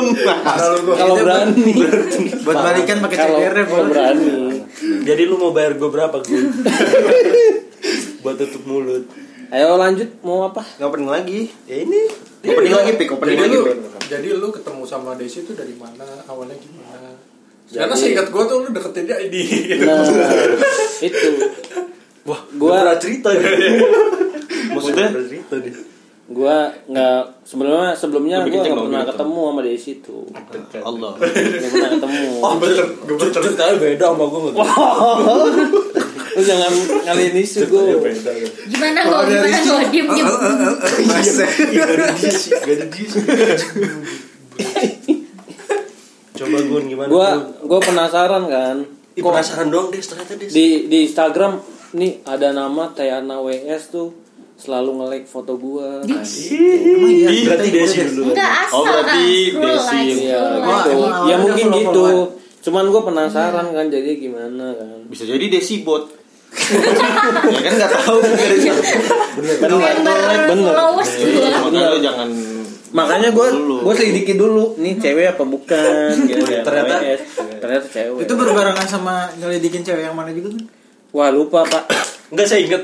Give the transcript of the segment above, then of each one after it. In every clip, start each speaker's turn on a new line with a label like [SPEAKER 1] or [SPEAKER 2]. [SPEAKER 1] Kalau gua
[SPEAKER 2] Kalau berani.
[SPEAKER 1] buat balikan pakai
[SPEAKER 2] Kalau-
[SPEAKER 1] CPR
[SPEAKER 2] kalau berani.
[SPEAKER 3] Jadi lu mau bayar gue berapa gue? Buat tutup mulut.
[SPEAKER 2] Ayo lanjut mau apa?
[SPEAKER 1] Ngopening lagi.
[SPEAKER 3] Ya ini.
[SPEAKER 1] Opening lagi, pik, opening
[SPEAKER 4] Iya,
[SPEAKER 3] Iya
[SPEAKER 4] Jadi
[SPEAKER 1] lagi.
[SPEAKER 4] lu,
[SPEAKER 1] Pik.
[SPEAKER 4] jadi lu ketemu sama Desi itu dari mana? Awalnya gimana?
[SPEAKER 2] Jadi-
[SPEAKER 4] Karena seingat gue tuh lu deketin dia di
[SPEAKER 2] Nah, itu.
[SPEAKER 3] Wah,
[SPEAKER 2] Gua-
[SPEAKER 3] gua pernah cerita nih. Maksudnya pernah cerita nih.
[SPEAKER 2] Gua nggak sebelumnya sebelumnya
[SPEAKER 5] Lebih
[SPEAKER 2] gua
[SPEAKER 5] kenceng
[SPEAKER 2] nggak
[SPEAKER 5] dong,
[SPEAKER 2] pernah
[SPEAKER 5] lebih
[SPEAKER 2] ketemu sama Desi itu.
[SPEAKER 1] Allah.
[SPEAKER 2] Nggak pernah ketemu.
[SPEAKER 5] Oh.
[SPEAKER 4] bener, gue bener.
[SPEAKER 3] Ceritanya beda sama gue nggak.
[SPEAKER 2] Lu jangan ngalihin isu gua.
[SPEAKER 3] Ceritanya beda.
[SPEAKER 6] Gimana kok? Gimana kok? Diem diem.
[SPEAKER 3] Gak ada diisi, gak ada diisi. Coba gue gimana?
[SPEAKER 2] Gua
[SPEAKER 3] Gun?
[SPEAKER 2] gua penasaran kan.
[SPEAKER 3] Ih,
[SPEAKER 2] Kok
[SPEAKER 3] penasaran doang deh ternyata deh.
[SPEAKER 2] di di Instagram nih ada nama Tayana WS tuh selalu nge-like foto gua.
[SPEAKER 1] Gitu.
[SPEAKER 3] iya? Berarti Desi dulu.
[SPEAKER 6] Enggak asal
[SPEAKER 5] Oh, berarti
[SPEAKER 6] scroll
[SPEAKER 5] Desi
[SPEAKER 6] like,
[SPEAKER 5] yang-
[SPEAKER 2] Iya,
[SPEAKER 6] scroll
[SPEAKER 2] gitu.
[SPEAKER 1] Wah,
[SPEAKER 6] like.
[SPEAKER 1] emang
[SPEAKER 2] Ya
[SPEAKER 1] awalnya
[SPEAKER 2] mungkin
[SPEAKER 1] follow-followan.
[SPEAKER 2] gitu. Cuman gua penasaran kan jadi gimana kan.
[SPEAKER 5] Bisa jadi Desi bot. ya kan nggak tahu
[SPEAKER 6] Member
[SPEAKER 2] bener.
[SPEAKER 6] followers juga.
[SPEAKER 5] Makanya lu jangan
[SPEAKER 2] Makanya gua
[SPEAKER 5] Dulu.
[SPEAKER 2] gua selidiki dulu nih cewek apa bukan gitu ya.
[SPEAKER 1] Ternyata-
[SPEAKER 2] WS. ternyata cewek.
[SPEAKER 1] Itu berbarengan sama nyelidikin cewek yang mana juga kan?
[SPEAKER 2] Wah, lupa, Pak.
[SPEAKER 3] Enggak saya inget.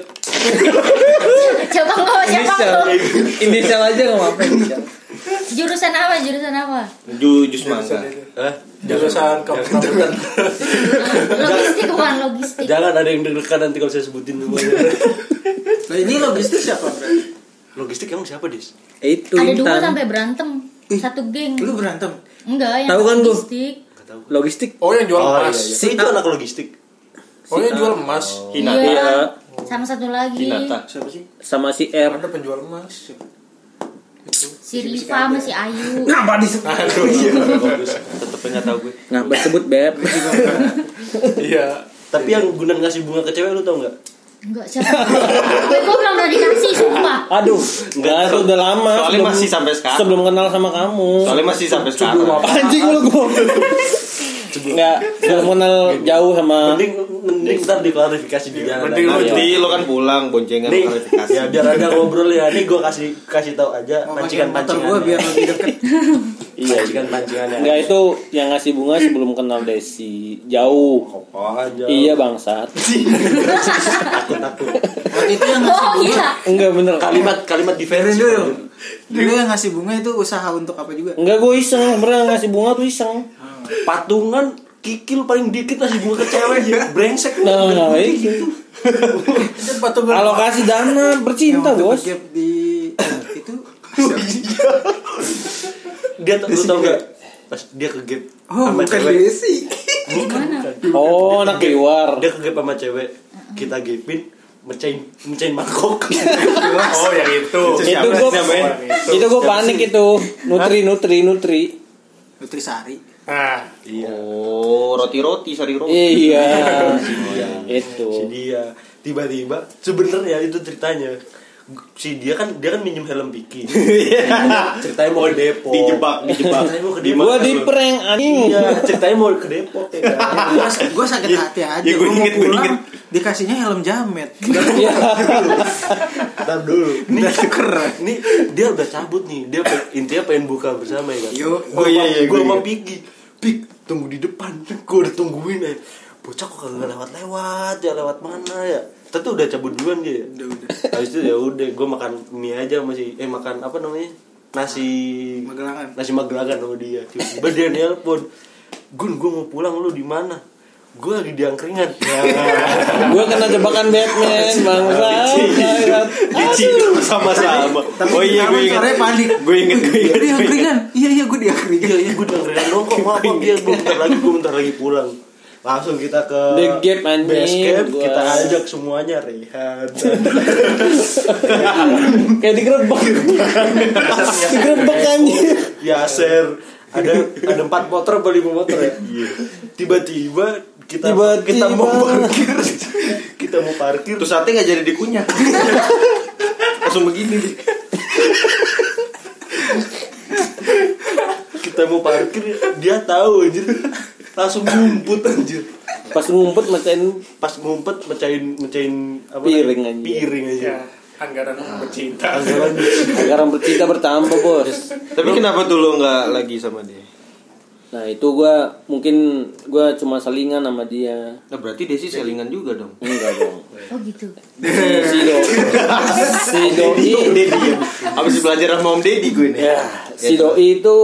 [SPEAKER 6] Coba kau siapa
[SPEAKER 2] Inisial.
[SPEAKER 6] tuh?
[SPEAKER 2] Inisial aja enggak apa-apa. inisial.
[SPEAKER 6] Jurusan apa? Jurusan apa?
[SPEAKER 5] ju jus
[SPEAKER 3] Nah,
[SPEAKER 5] mangga.
[SPEAKER 3] Hah?
[SPEAKER 4] Jurusan komputer.
[SPEAKER 6] Logistik bukan logistik.
[SPEAKER 3] Jangan ada yang deg-degan nanti kalau saya sebutin semuanya.
[SPEAKER 1] Nah, ini logistik siapa, Bro?
[SPEAKER 3] Logistik emang siapa, Dis?
[SPEAKER 2] Eh, Itu
[SPEAKER 6] Ada dua
[SPEAKER 2] Intan.
[SPEAKER 6] sampai berantem. Satu geng.
[SPEAKER 1] Lu berantem.
[SPEAKER 6] Enggak, yang
[SPEAKER 2] Tahu kan gua?
[SPEAKER 6] logistik.
[SPEAKER 2] Logistik.
[SPEAKER 4] Oh yang jual
[SPEAKER 3] Oh,
[SPEAKER 4] emas.
[SPEAKER 3] iya, iya. Itu anak logistik.
[SPEAKER 4] Oh yang jual emas.
[SPEAKER 5] Hinata.
[SPEAKER 6] Iya.
[SPEAKER 2] Iya.
[SPEAKER 6] Sama satu lagi.
[SPEAKER 5] Hinata.
[SPEAKER 1] Siapa sih?
[SPEAKER 2] sama si R.
[SPEAKER 4] Ada penjual emas.
[SPEAKER 6] Si Riva sama si Ayu.
[SPEAKER 2] Ngapa disebut?
[SPEAKER 3] Oh,
[SPEAKER 4] Aduh.
[SPEAKER 3] iya. Tetep nggak tahu gue.
[SPEAKER 2] Ngapa disebut, Beb?
[SPEAKER 4] Iya.
[SPEAKER 3] Tapi yang guna ngasih bunga ke cewek lu tau nggak?
[SPEAKER 6] Enggak siapa. Gue gue belum pernah dikasih sumpah.
[SPEAKER 2] Aduh, enggak harus udah lama.
[SPEAKER 5] Soalnya
[SPEAKER 2] sebelum-
[SPEAKER 5] masih sampai sekarang.
[SPEAKER 2] Sebelum kenal sama kamu.
[SPEAKER 5] Soalnya masih sampai sekarang.
[SPEAKER 2] Anjing lu gua. Enggak, belum kenal jauh sama
[SPEAKER 3] Mending mending ntar diklarifikasi
[SPEAKER 5] Iya,
[SPEAKER 3] di jalan.
[SPEAKER 4] mending lu
[SPEAKER 5] Nanti lo kan pulang boncengan
[SPEAKER 3] Nih,
[SPEAKER 5] klarifikasi.
[SPEAKER 3] ya biar ada ngobrol ya. Nih gue kasih kasih tahu aja
[SPEAKER 1] Mau Oh, pakai
[SPEAKER 3] pancingan
[SPEAKER 1] motor
[SPEAKER 3] pancingan.
[SPEAKER 1] gua biar lebih deket.
[SPEAKER 3] Iya, pancingan pancingannya.
[SPEAKER 2] Enggak itu yang ngasih bunga sebelum kenal Desi jauh.
[SPEAKER 3] aja.
[SPEAKER 2] Iya bangsat.
[SPEAKER 3] Takut takut.
[SPEAKER 1] Waktu itu yang ngasih
[SPEAKER 6] Oh
[SPEAKER 1] bunga.
[SPEAKER 6] iya.
[SPEAKER 2] Enggak bener.
[SPEAKER 3] Kalimat kalimat
[SPEAKER 1] Dengerin
[SPEAKER 3] defense.
[SPEAKER 1] dulu. Dulu yang ngasih bunga itu usaha untuk apa juga?
[SPEAKER 2] Enggak gue iseng, bener ngasih bunga tuh iseng.
[SPEAKER 3] Patungan kikil paling dikit ngasih bunga ke cewek brengsek lu.
[SPEAKER 2] Nah, nah, itu.
[SPEAKER 4] Kan
[SPEAKER 1] Itu patung
[SPEAKER 2] Alokasi dana
[SPEAKER 1] yang
[SPEAKER 2] bercinta,
[SPEAKER 1] waktu
[SPEAKER 2] Bos.
[SPEAKER 1] bergap di itu
[SPEAKER 3] Dia tuh lu tau nggak? Pas dia ke gap
[SPEAKER 1] Oh,
[SPEAKER 3] sama
[SPEAKER 1] bukan
[SPEAKER 3] cewek.
[SPEAKER 1] Desi.
[SPEAKER 6] Gimana?
[SPEAKER 2] Oh, anak liwar.
[SPEAKER 3] Dia ke gap sama cewek. Kita gapin mecahin mecahin mangkok.
[SPEAKER 4] Oh
[SPEAKER 3] iya.
[SPEAKER 4] yang itu.
[SPEAKER 2] Itu gue itu gue panik itu. Nutri, nutri, nutri.
[SPEAKER 1] Nutrisari.
[SPEAKER 4] Nah.
[SPEAKER 5] Oh, roti-roti sari roti.
[SPEAKER 2] Iya. itu.
[SPEAKER 3] si dia tiba-tiba sebenarnya itu ceritanya si dia kan dia kan minjem helm Vicky ceritanya mau ke Depok
[SPEAKER 5] Dijebak, dijebak.
[SPEAKER 3] ceritanya mau ke Depok
[SPEAKER 2] Gua di prank anjing.
[SPEAKER 3] iya ceritanya mau ke Depok ya kan
[SPEAKER 1] Gue sakit hati aja.
[SPEAKER 5] ya, gua
[SPEAKER 1] Gua mau
[SPEAKER 5] inget, gua
[SPEAKER 1] pulang,
[SPEAKER 5] inget.
[SPEAKER 1] Dikasihnya helm jamet.
[SPEAKER 2] Iya.
[SPEAKER 3] Ntar dulu
[SPEAKER 1] Ini keren.
[SPEAKER 3] ini dia udah cabut nih dia pe- intinya pengen buka bersama ya kan
[SPEAKER 1] Yo,
[SPEAKER 3] gua
[SPEAKER 1] oh iya,
[SPEAKER 3] sama-
[SPEAKER 1] iya,
[SPEAKER 3] gua
[SPEAKER 1] gua
[SPEAKER 3] sama
[SPEAKER 1] inget.
[SPEAKER 3] Vicky Pik tunggu di depan gua udah tungguin aja bocah kok kagak lewat-lewat ya lewat mana ya tapi udah cabut duluan dia ya
[SPEAKER 1] Udah udah.
[SPEAKER 3] habis itu ya udah gue makan mie aja masih eh makan apa namanya nasi
[SPEAKER 1] Magelangan.
[SPEAKER 3] nasi magelangan sama dia tiba-tiba dia nelpon gun gue mau pulang lu di mana gue lagi di angkringan ya.
[SPEAKER 2] Gue kena jebakan Batman, bangsa.
[SPEAKER 5] Dici sama-sama. Oh iya gue
[SPEAKER 1] Sore
[SPEAKER 5] inget.
[SPEAKER 1] panik.
[SPEAKER 5] Gue inget gue
[SPEAKER 1] Gue
[SPEAKER 5] inget.
[SPEAKER 1] di angkringan. Iya iya gue di angkringan.
[SPEAKER 3] iya iya gue di angkringan doang kok maaf Bang. dia gue bentar lagi gue bentar lagi pulang langsung kita ke
[SPEAKER 2] The Gap, anjing,
[SPEAKER 3] base camp,
[SPEAKER 2] gua.
[SPEAKER 3] kita ajak semuanya rehat
[SPEAKER 2] Kayak digerebek. digerebek anjing.
[SPEAKER 3] Yaser ada ada empat motor apa lima motor ya tiba-tiba kita
[SPEAKER 2] Iya. Tiba-tiba.
[SPEAKER 3] kita mau parkir kita mau parkir
[SPEAKER 5] Terus sate nggak jadi dikunyah. Langsung begini. Dik.
[SPEAKER 3] kita mau parkir dia tahu anjir langsung ngumpet anjir
[SPEAKER 2] Pas ngumpet mecahin
[SPEAKER 3] pas ngumpet mecahin mecahin apa
[SPEAKER 2] Piring,
[SPEAKER 3] namanya?
[SPEAKER 2] anjir.
[SPEAKER 3] piring aja
[SPEAKER 4] Ya. Anggaran pecinta.
[SPEAKER 3] Anggaran
[SPEAKER 2] garam bercinta bertambah, Bos.
[SPEAKER 5] Tapi kenapa tuh lo nggak lagi sama dia?
[SPEAKER 2] Nah itu gua mungkin gua cuma selingan sama dia.
[SPEAKER 5] Nah berarti Desi selingan juga dong.
[SPEAKER 2] Enggak dong.
[SPEAKER 6] Oh gitu.
[SPEAKER 2] Si doi, si doi,
[SPEAKER 5] Abis belajar sama Om Deddy gue nih.
[SPEAKER 2] ya, si doi itu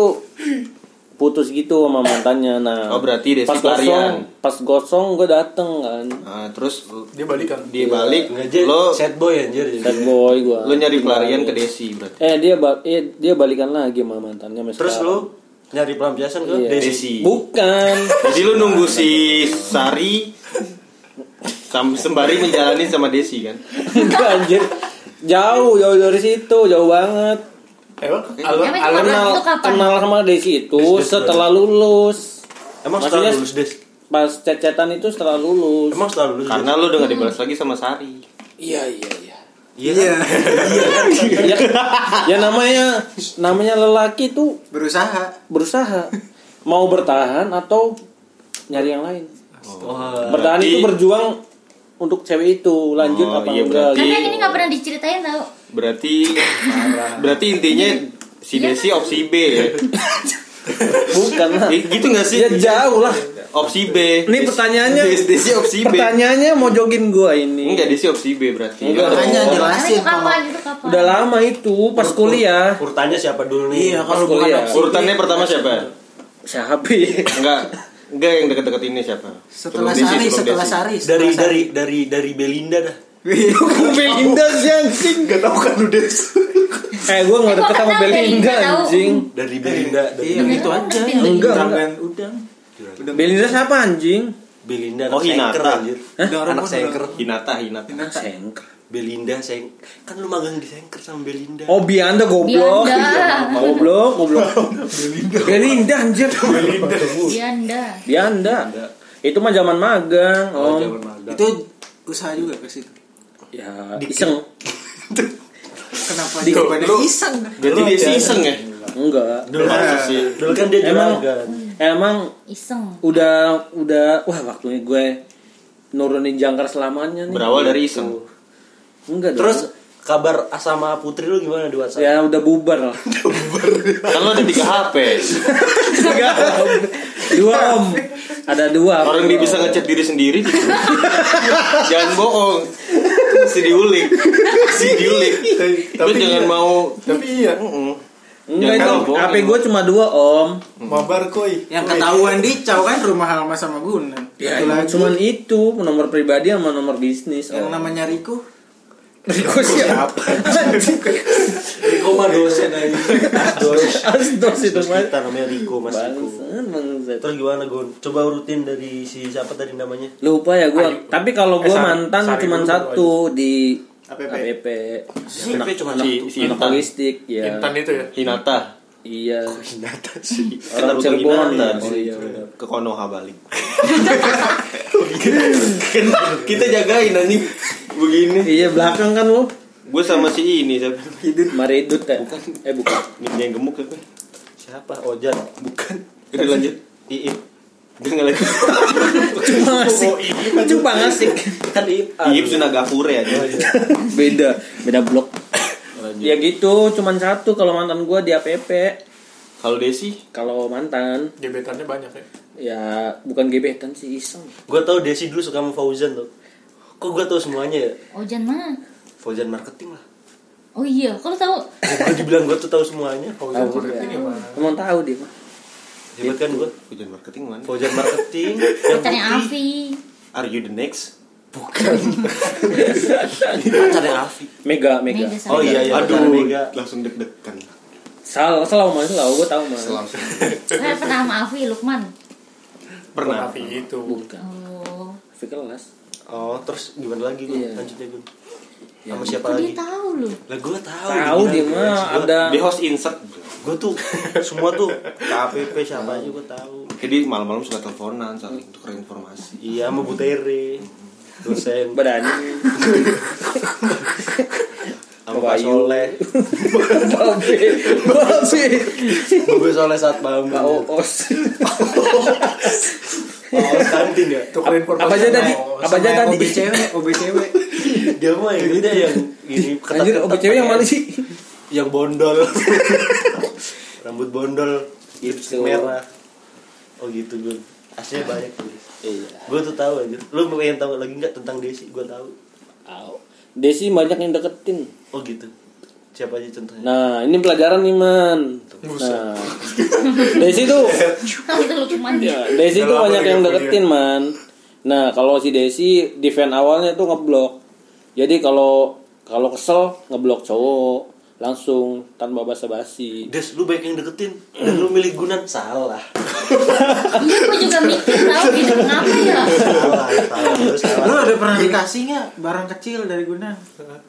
[SPEAKER 2] putus gitu sama mantannya. Nah,
[SPEAKER 5] Oh, berarti Desi
[SPEAKER 2] pas
[SPEAKER 5] pelarian.
[SPEAKER 2] gosong, pas gosong gue dateng kan.
[SPEAKER 5] Nah, terus
[SPEAKER 4] Dia kan? balikan.
[SPEAKER 5] dia balik
[SPEAKER 3] Nggak jadi
[SPEAKER 5] lo
[SPEAKER 3] sad boy anjir
[SPEAKER 2] Sad
[SPEAKER 3] jadi.
[SPEAKER 2] boy gua.
[SPEAKER 5] lo nyari pelarian ke Desi berarti.
[SPEAKER 2] Eh dia ba- eh, dia balikan lagi sama mantannya. sama
[SPEAKER 3] Terus
[SPEAKER 2] sekarang.
[SPEAKER 3] lo nyari pelampiasan ke
[SPEAKER 2] Iya.
[SPEAKER 3] Desi.
[SPEAKER 5] Desi.
[SPEAKER 2] Bukan.
[SPEAKER 5] Jadi lu nunggu si Sari sam- sembari menjalani sama Desi kan.
[SPEAKER 2] Enggak anjir. Jauh, jauh dari situ, jauh banget.
[SPEAKER 4] Emang alur
[SPEAKER 6] Emang
[SPEAKER 4] alur
[SPEAKER 6] Kenal
[SPEAKER 2] Kenal
[SPEAKER 6] itu kapan?
[SPEAKER 2] kenal sama Desi itu
[SPEAKER 3] Des, des,
[SPEAKER 2] setelah lulus.
[SPEAKER 3] Emang
[SPEAKER 2] Maksudnya-
[SPEAKER 3] setelah lulus Des.
[SPEAKER 2] Pas cecetan itu setelah lulus.
[SPEAKER 3] Emang setelah lulus.
[SPEAKER 5] Karena lu udah gak dibalas lagi sama Sari.
[SPEAKER 2] Iya, iya, iya.
[SPEAKER 1] Iya.
[SPEAKER 5] iya?
[SPEAKER 2] ya, ya namanya namanya lelaki tuh
[SPEAKER 1] Berusaha.
[SPEAKER 2] berusaha mau bertahan atau nyari yang lain.
[SPEAKER 3] Wah.
[SPEAKER 2] Bertahan itu berjuang untuk cewek itu lanjut
[SPEAKER 5] Oh,
[SPEAKER 2] apa
[SPEAKER 5] iya,
[SPEAKER 2] enggak
[SPEAKER 5] berarti-
[SPEAKER 6] Karena
[SPEAKER 2] gitu.
[SPEAKER 6] Kan ini nggak pernah diceritain tau.
[SPEAKER 5] Berarti berarti intinya si
[SPEAKER 1] Iya,
[SPEAKER 5] Desi
[SPEAKER 1] kan?
[SPEAKER 5] opsi B ya.
[SPEAKER 2] Bukan lah.
[SPEAKER 5] Eh, gitu gak
[SPEAKER 1] Iya,
[SPEAKER 5] sih? Iya
[SPEAKER 2] Ya jauh lah.
[SPEAKER 5] Opsi B.
[SPEAKER 2] Ini pertanyaannya-
[SPEAKER 5] Desi, Desi opsi B.
[SPEAKER 2] Pertanyaannya mau jogin gua ini.
[SPEAKER 5] iya Enggak Desi opsi B berarti.
[SPEAKER 2] Enggak. Oh.
[SPEAKER 1] Makanya
[SPEAKER 6] Karena itu kan
[SPEAKER 1] jelasin. kalau-
[SPEAKER 6] kapan itu kapan?
[SPEAKER 2] Udah lama itu pas kuliah. kan.
[SPEAKER 3] Urutannya siapa dulu nih?
[SPEAKER 1] Iya, kalau bukan
[SPEAKER 2] kuliah.
[SPEAKER 1] opsi B,
[SPEAKER 5] Urutannya pertama siapa?
[SPEAKER 2] Siapa? ya?
[SPEAKER 5] Enggak. Enggak yang deket-deket ini siapa?
[SPEAKER 1] Setelah
[SPEAKER 5] Sebelum Desi,
[SPEAKER 1] Sari,
[SPEAKER 5] sebelum
[SPEAKER 1] setelah
[SPEAKER 5] Desi.
[SPEAKER 1] Sari.
[SPEAKER 3] Dari
[SPEAKER 1] setelah Sari.
[SPEAKER 3] dari dari dari Belinda dah.
[SPEAKER 2] Belinda sih anjing
[SPEAKER 5] Gak tau kan lu Des
[SPEAKER 2] Eh gue gak
[SPEAKER 6] Eh, gua
[SPEAKER 2] deket sama
[SPEAKER 6] kenal
[SPEAKER 2] Belinda
[SPEAKER 6] Belinda tahu.
[SPEAKER 2] anjing
[SPEAKER 3] Dari Belinda. dari
[SPEAKER 1] Iya,
[SPEAKER 6] Bener,
[SPEAKER 1] itu aja.
[SPEAKER 6] bener.
[SPEAKER 2] Enggak, enggak.
[SPEAKER 1] Udang
[SPEAKER 5] kan?
[SPEAKER 1] dan udang.
[SPEAKER 2] Belinda siapa anjing?
[SPEAKER 3] Belinda
[SPEAKER 5] Oh,
[SPEAKER 3] anak sengker
[SPEAKER 5] Hinata.
[SPEAKER 3] anjir.
[SPEAKER 1] Udang
[SPEAKER 3] Anak
[SPEAKER 1] rebus, udang
[SPEAKER 3] sengker.
[SPEAKER 1] rebus.
[SPEAKER 5] Hinata, Hinata
[SPEAKER 2] Sengker
[SPEAKER 3] Belinda seng. Kan lu magang di sengker sama Belinda.
[SPEAKER 2] Oh Bianda goblok Iya,
[SPEAKER 6] Bianda.
[SPEAKER 2] Goblok goblok Belinda anjir
[SPEAKER 6] Dianda.
[SPEAKER 2] Bianda Itu mah zaman magang
[SPEAKER 3] Oh,
[SPEAKER 2] om
[SPEAKER 3] zaman magang.
[SPEAKER 1] Itu usaha juga ke situ.
[SPEAKER 2] Ya iseng
[SPEAKER 1] Kenapa jawabannya iseng?
[SPEAKER 5] Berarti Desi iseng ya?
[SPEAKER 2] Enggak
[SPEAKER 3] Dulu kan, dulu kan dia
[SPEAKER 2] Emang
[SPEAKER 3] juragan.
[SPEAKER 2] Emang
[SPEAKER 6] Iseng.
[SPEAKER 2] udah udah wah waktunya gue nurunin jangkar selamanya nih
[SPEAKER 5] Berawal dari iseng
[SPEAKER 2] enggak dong.
[SPEAKER 3] Terus kabar sama Putri lu gimana di WhatsApp?
[SPEAKER 2] ya udah bubar lah
[SPEAKER 5] Kan lo ada 3 HP
[SPEAKER 2] Tiga om. dua om ada dua
[SPEAKER 5] Orang dia bisa ngechat diri sendiri gitu. Jangan bohong Mesti diulik Mesti diulik Tapi jangan mau
[SPEAKER 4] Tapi iya,
[SPEAKER 2] enggak itu
[SPEAKER 5] Jangan bohong.
[SPEAKER 2] HP gue cuma dua om
[SPEAKER 4] mabar koi.
[SPEAKER 1] Yang ketahuan dicau kan rumah Halma sama Gunan.
[SPEAKER 2] ya
[SPEAKER 1] Satu
[SPEAKER 2] emang
[SPEAKER 1] lagi,
[SPEAKER 2] cuman itu nomor pribadi sama nomor bisnis
[SPEAKER 1] yang
[SPEAKER 2] om
[SPEAKER 1] namanya Riko.
[SPEAKER 2] Riko siapa
[SPEAKER 3] Riko mah dosen aja. Dosen.
[SPEAKER 2] asdos itu
[SPEAKER 3] Terus
[SPEAKER 2] mas
[SPEAKER 3] kita namanya Riko Mas Riko.
[SPEAKER 2] bangsat bangsat
[SPEAKER 3] Terus gimana Gon? Coba urutin dari si siapa tadi namanya?
[SPEAKER 2] lupa ya gue
[SPEAKER 4] Ayo.
[SPEAKER 2] tapi kalau gue
[SPEAKER 4] Eh, Sari-
[SPEAKER 2] mantan
[SPEAKER 4] Sari
[SPEAKER 2] cuma
[SPEAKER 4] dulu,
[SPEAKER 2] satu di
[SPEAKER 1] APP.
[SPEAKER 2] APP
[SPEAKER 3] Si Pepe cuma
[SPEAKER 5] Si,
[SPEAKER 3] satu.
[SPEAKER 5] si
[SPEAKER 2] anak
[SPEAKER 5] Intan
[SPEAKER 2] logistik ya
[SPEAKER 4] Intan itu ya.
[SPEAKER 5] Hinata
[SPEAKER 2] iya
[SPEAKER 3] Hinata sih.
[SPEAKER 2] orang
[SPEAKER 5] Kenapa
[SPEAKER 2] Cirebon
[SPEAKER 5] Hinata
[SPEAKER 2] oh
[SPEAKER 5] sih?
[SPEAKER 2] iya benar.
[SPEAKER 5] Ke Konoha balik Kita jagain anjing Begini
[SPEAKER 2] iya belakang kan lu
[SPEAKER 5] Gue sama si ini siapa?
[SPEAKER 2] Maridut ya eh bukan
[SPEAKER 5] Ninja yang gemuk siapa?
[SPEAKER 3] Siapa? Ojan.
[SPEAKER 5] Bukan Udah lanjut
[SPEAKER 3] Iip.
[SPEAKER 5] Udah nggak lagi
[SPEAKER 2] cuma ngasih cuma ngasih
[SPEAKER 3] Kan Iip.
[SPEAKER 5] Iip Sunagakure aja Iya.
[SPEAKER 2] beda beda blok
[SPEAKER 5] Lanjut.
[SPEAKER 2] ya gitu cuman satu kalau mantan gua di APP
[SPEAKER 5] Kalau Desi
[SPEAKER 2] kalau mantan
[SPEAKER 4] Gebetannya banyak ya.
[SPEAKER 2] ya bukan gebetan sih iseng
[SPEAKER 3] Gue tau Desi dulu suka sama Fauzan tuh. Kok gue tau semuanya ya?
[SPEAKER 6] Ojan mah.
[SPEAKER 3] Fauzan marketing lah.
[SPEAKER 6] Oh iya, kalau tahu
[SPEAKER 3] Gue Eh, dibilang gue tuh tau semuanya.
[SPEAKER 4] Fauzan
[SPEAKER 2] Tahu juga.
[SPEAKER 4] marketing ya mana?
[SPEAKER 2] emang tahu dia mah
[SPEAKER 3] Hebat kan gue?
[SPEAKER 5] Hujan marketing mana?
[SPEAKER 3] Fauzan marketing. yang
[SPEAKER 6] pacarnya
[SPEAKER 3] putih.
[SPEAKER 6] Avi.
[SPEAKER 5] Are you the next?
[SPEAKER 3] Pacarnya Afi.
[SPEAKER 2] mega mega
[SPEAKER 6] Mega
[SPEAKER 3] Oh
[SPEAKER 6] sama.
[SPEAKER 3] iya iya. pacarnya
[SPEAKER 5] Aduh,
[SPEAKER 3] Mega.
[SPEAKER 5] langsung deg-degan.
[SPEAKER 2] salah salah mas salah gua tahu mas
[SPEAKER 6] Saya Eh, pernah sama Avi Lukman.
[SPEAKER 5] Pernah.
[SPEAKER 4] Avi itu.
[SPEAKER 2] bukan
[SPEAKER 6] Oh.
[SPEAKER 2] Tapi kelas
[SPEAKER 3] Oh terus gimana lagi gue?
[SPEAKER 2] Iya.
[SPEAKER 3] Lanjutnya gue.
[SPEAKER 2] Ya,
[SPEAKER 3] Sama siapa
[SPEAKER 6] Kok dia
[SPEAKER 3] lagi?
[SPEAKER 6] tahu lu?
[SPEAKER 3] Lah gue gitu tahu.
[SPEAKER 2] tahu dia mah ada
[SPEAKER 5] Di host insert.
[SPEAKER 3] Gue tuh semua tuh KPP siapa aja gue tahu.
[SPEAKER 5] Jadi malam-malam suka teleponan saling tukar informasi.
[SPEAKER 3] Iya sama Butere. Dosen.
[SPEAKER 2] berani
[SPEAKER 3] Sama Pak
[SPEAKER 2] Bayu.
[SPEAKER 3] Soleh.
[SPEAKER 2] babi babi
[SPEAKER 3] Gue Soleh saat paham.
[SPEAKER 2] Pak Oos
[SPEAKER 3] Oh, kantin ya.
[SPEAKER 4] Tukar informasi.
[SPEAKER 2] apa aja
[SPEAKER 4] Oh, sama-
[SPEAKER 2] tadi apa aja
[SPEAKER 1] Yang
[SPEAKER 2] tadi
[SPEAKER 1] OBCW, OBCW.
[SPEAKER 3] Dia mah yang ini yang ini
[SPEAKER 2] anjir
[SPEAKER 3] ketat-ketat
[SPEAKER 2] OBCW yang mana
[SPEAKER 3] pengen.
[SPEAKER 2] sih
[SPEAKER 3] Yang bondol. Rambut bondol, lipstick
[SPEAKER 2] Gitu.
[SPEAKER 3] merah. oh gitu gue aslinya banyak tuh
[SPEAKER 2] Iya.
[SPEAKER 3] gue tuh tahu aja lu mau pengen tahu lagi nggak tentang Desi gue tahu
[SPEAKER 2] Au. Desi banyak yang deketin.
[SPEAKER 3] oh gitu siapa aja contohnya
[SPEAKER 2] Nah, ini pelajaran nih, Man. Nah. Desi tuh
[SPEAKER 6] Tahu itu Lukman
[SPEAKER 2] ya, Desi tuh banyak yang deketin, Man. Nah, kalau si Desi defend awalnya tuh ngeblok. Jadi kalau kalau kesel ngeblok cowok langsung tanpa basa-basi.
[SPEAKER 3] Des, lu banyak yang deketin dan lu milih Gunan salah.
[SPEAKER 6] Iya gue juga mikir tahu gitu Kenapa ya
[SPEAKER 3] Salah, salah, lu salah.
[SPEAKER 1] Lu ada pernah dikasih nggak barang kecil dari Guna?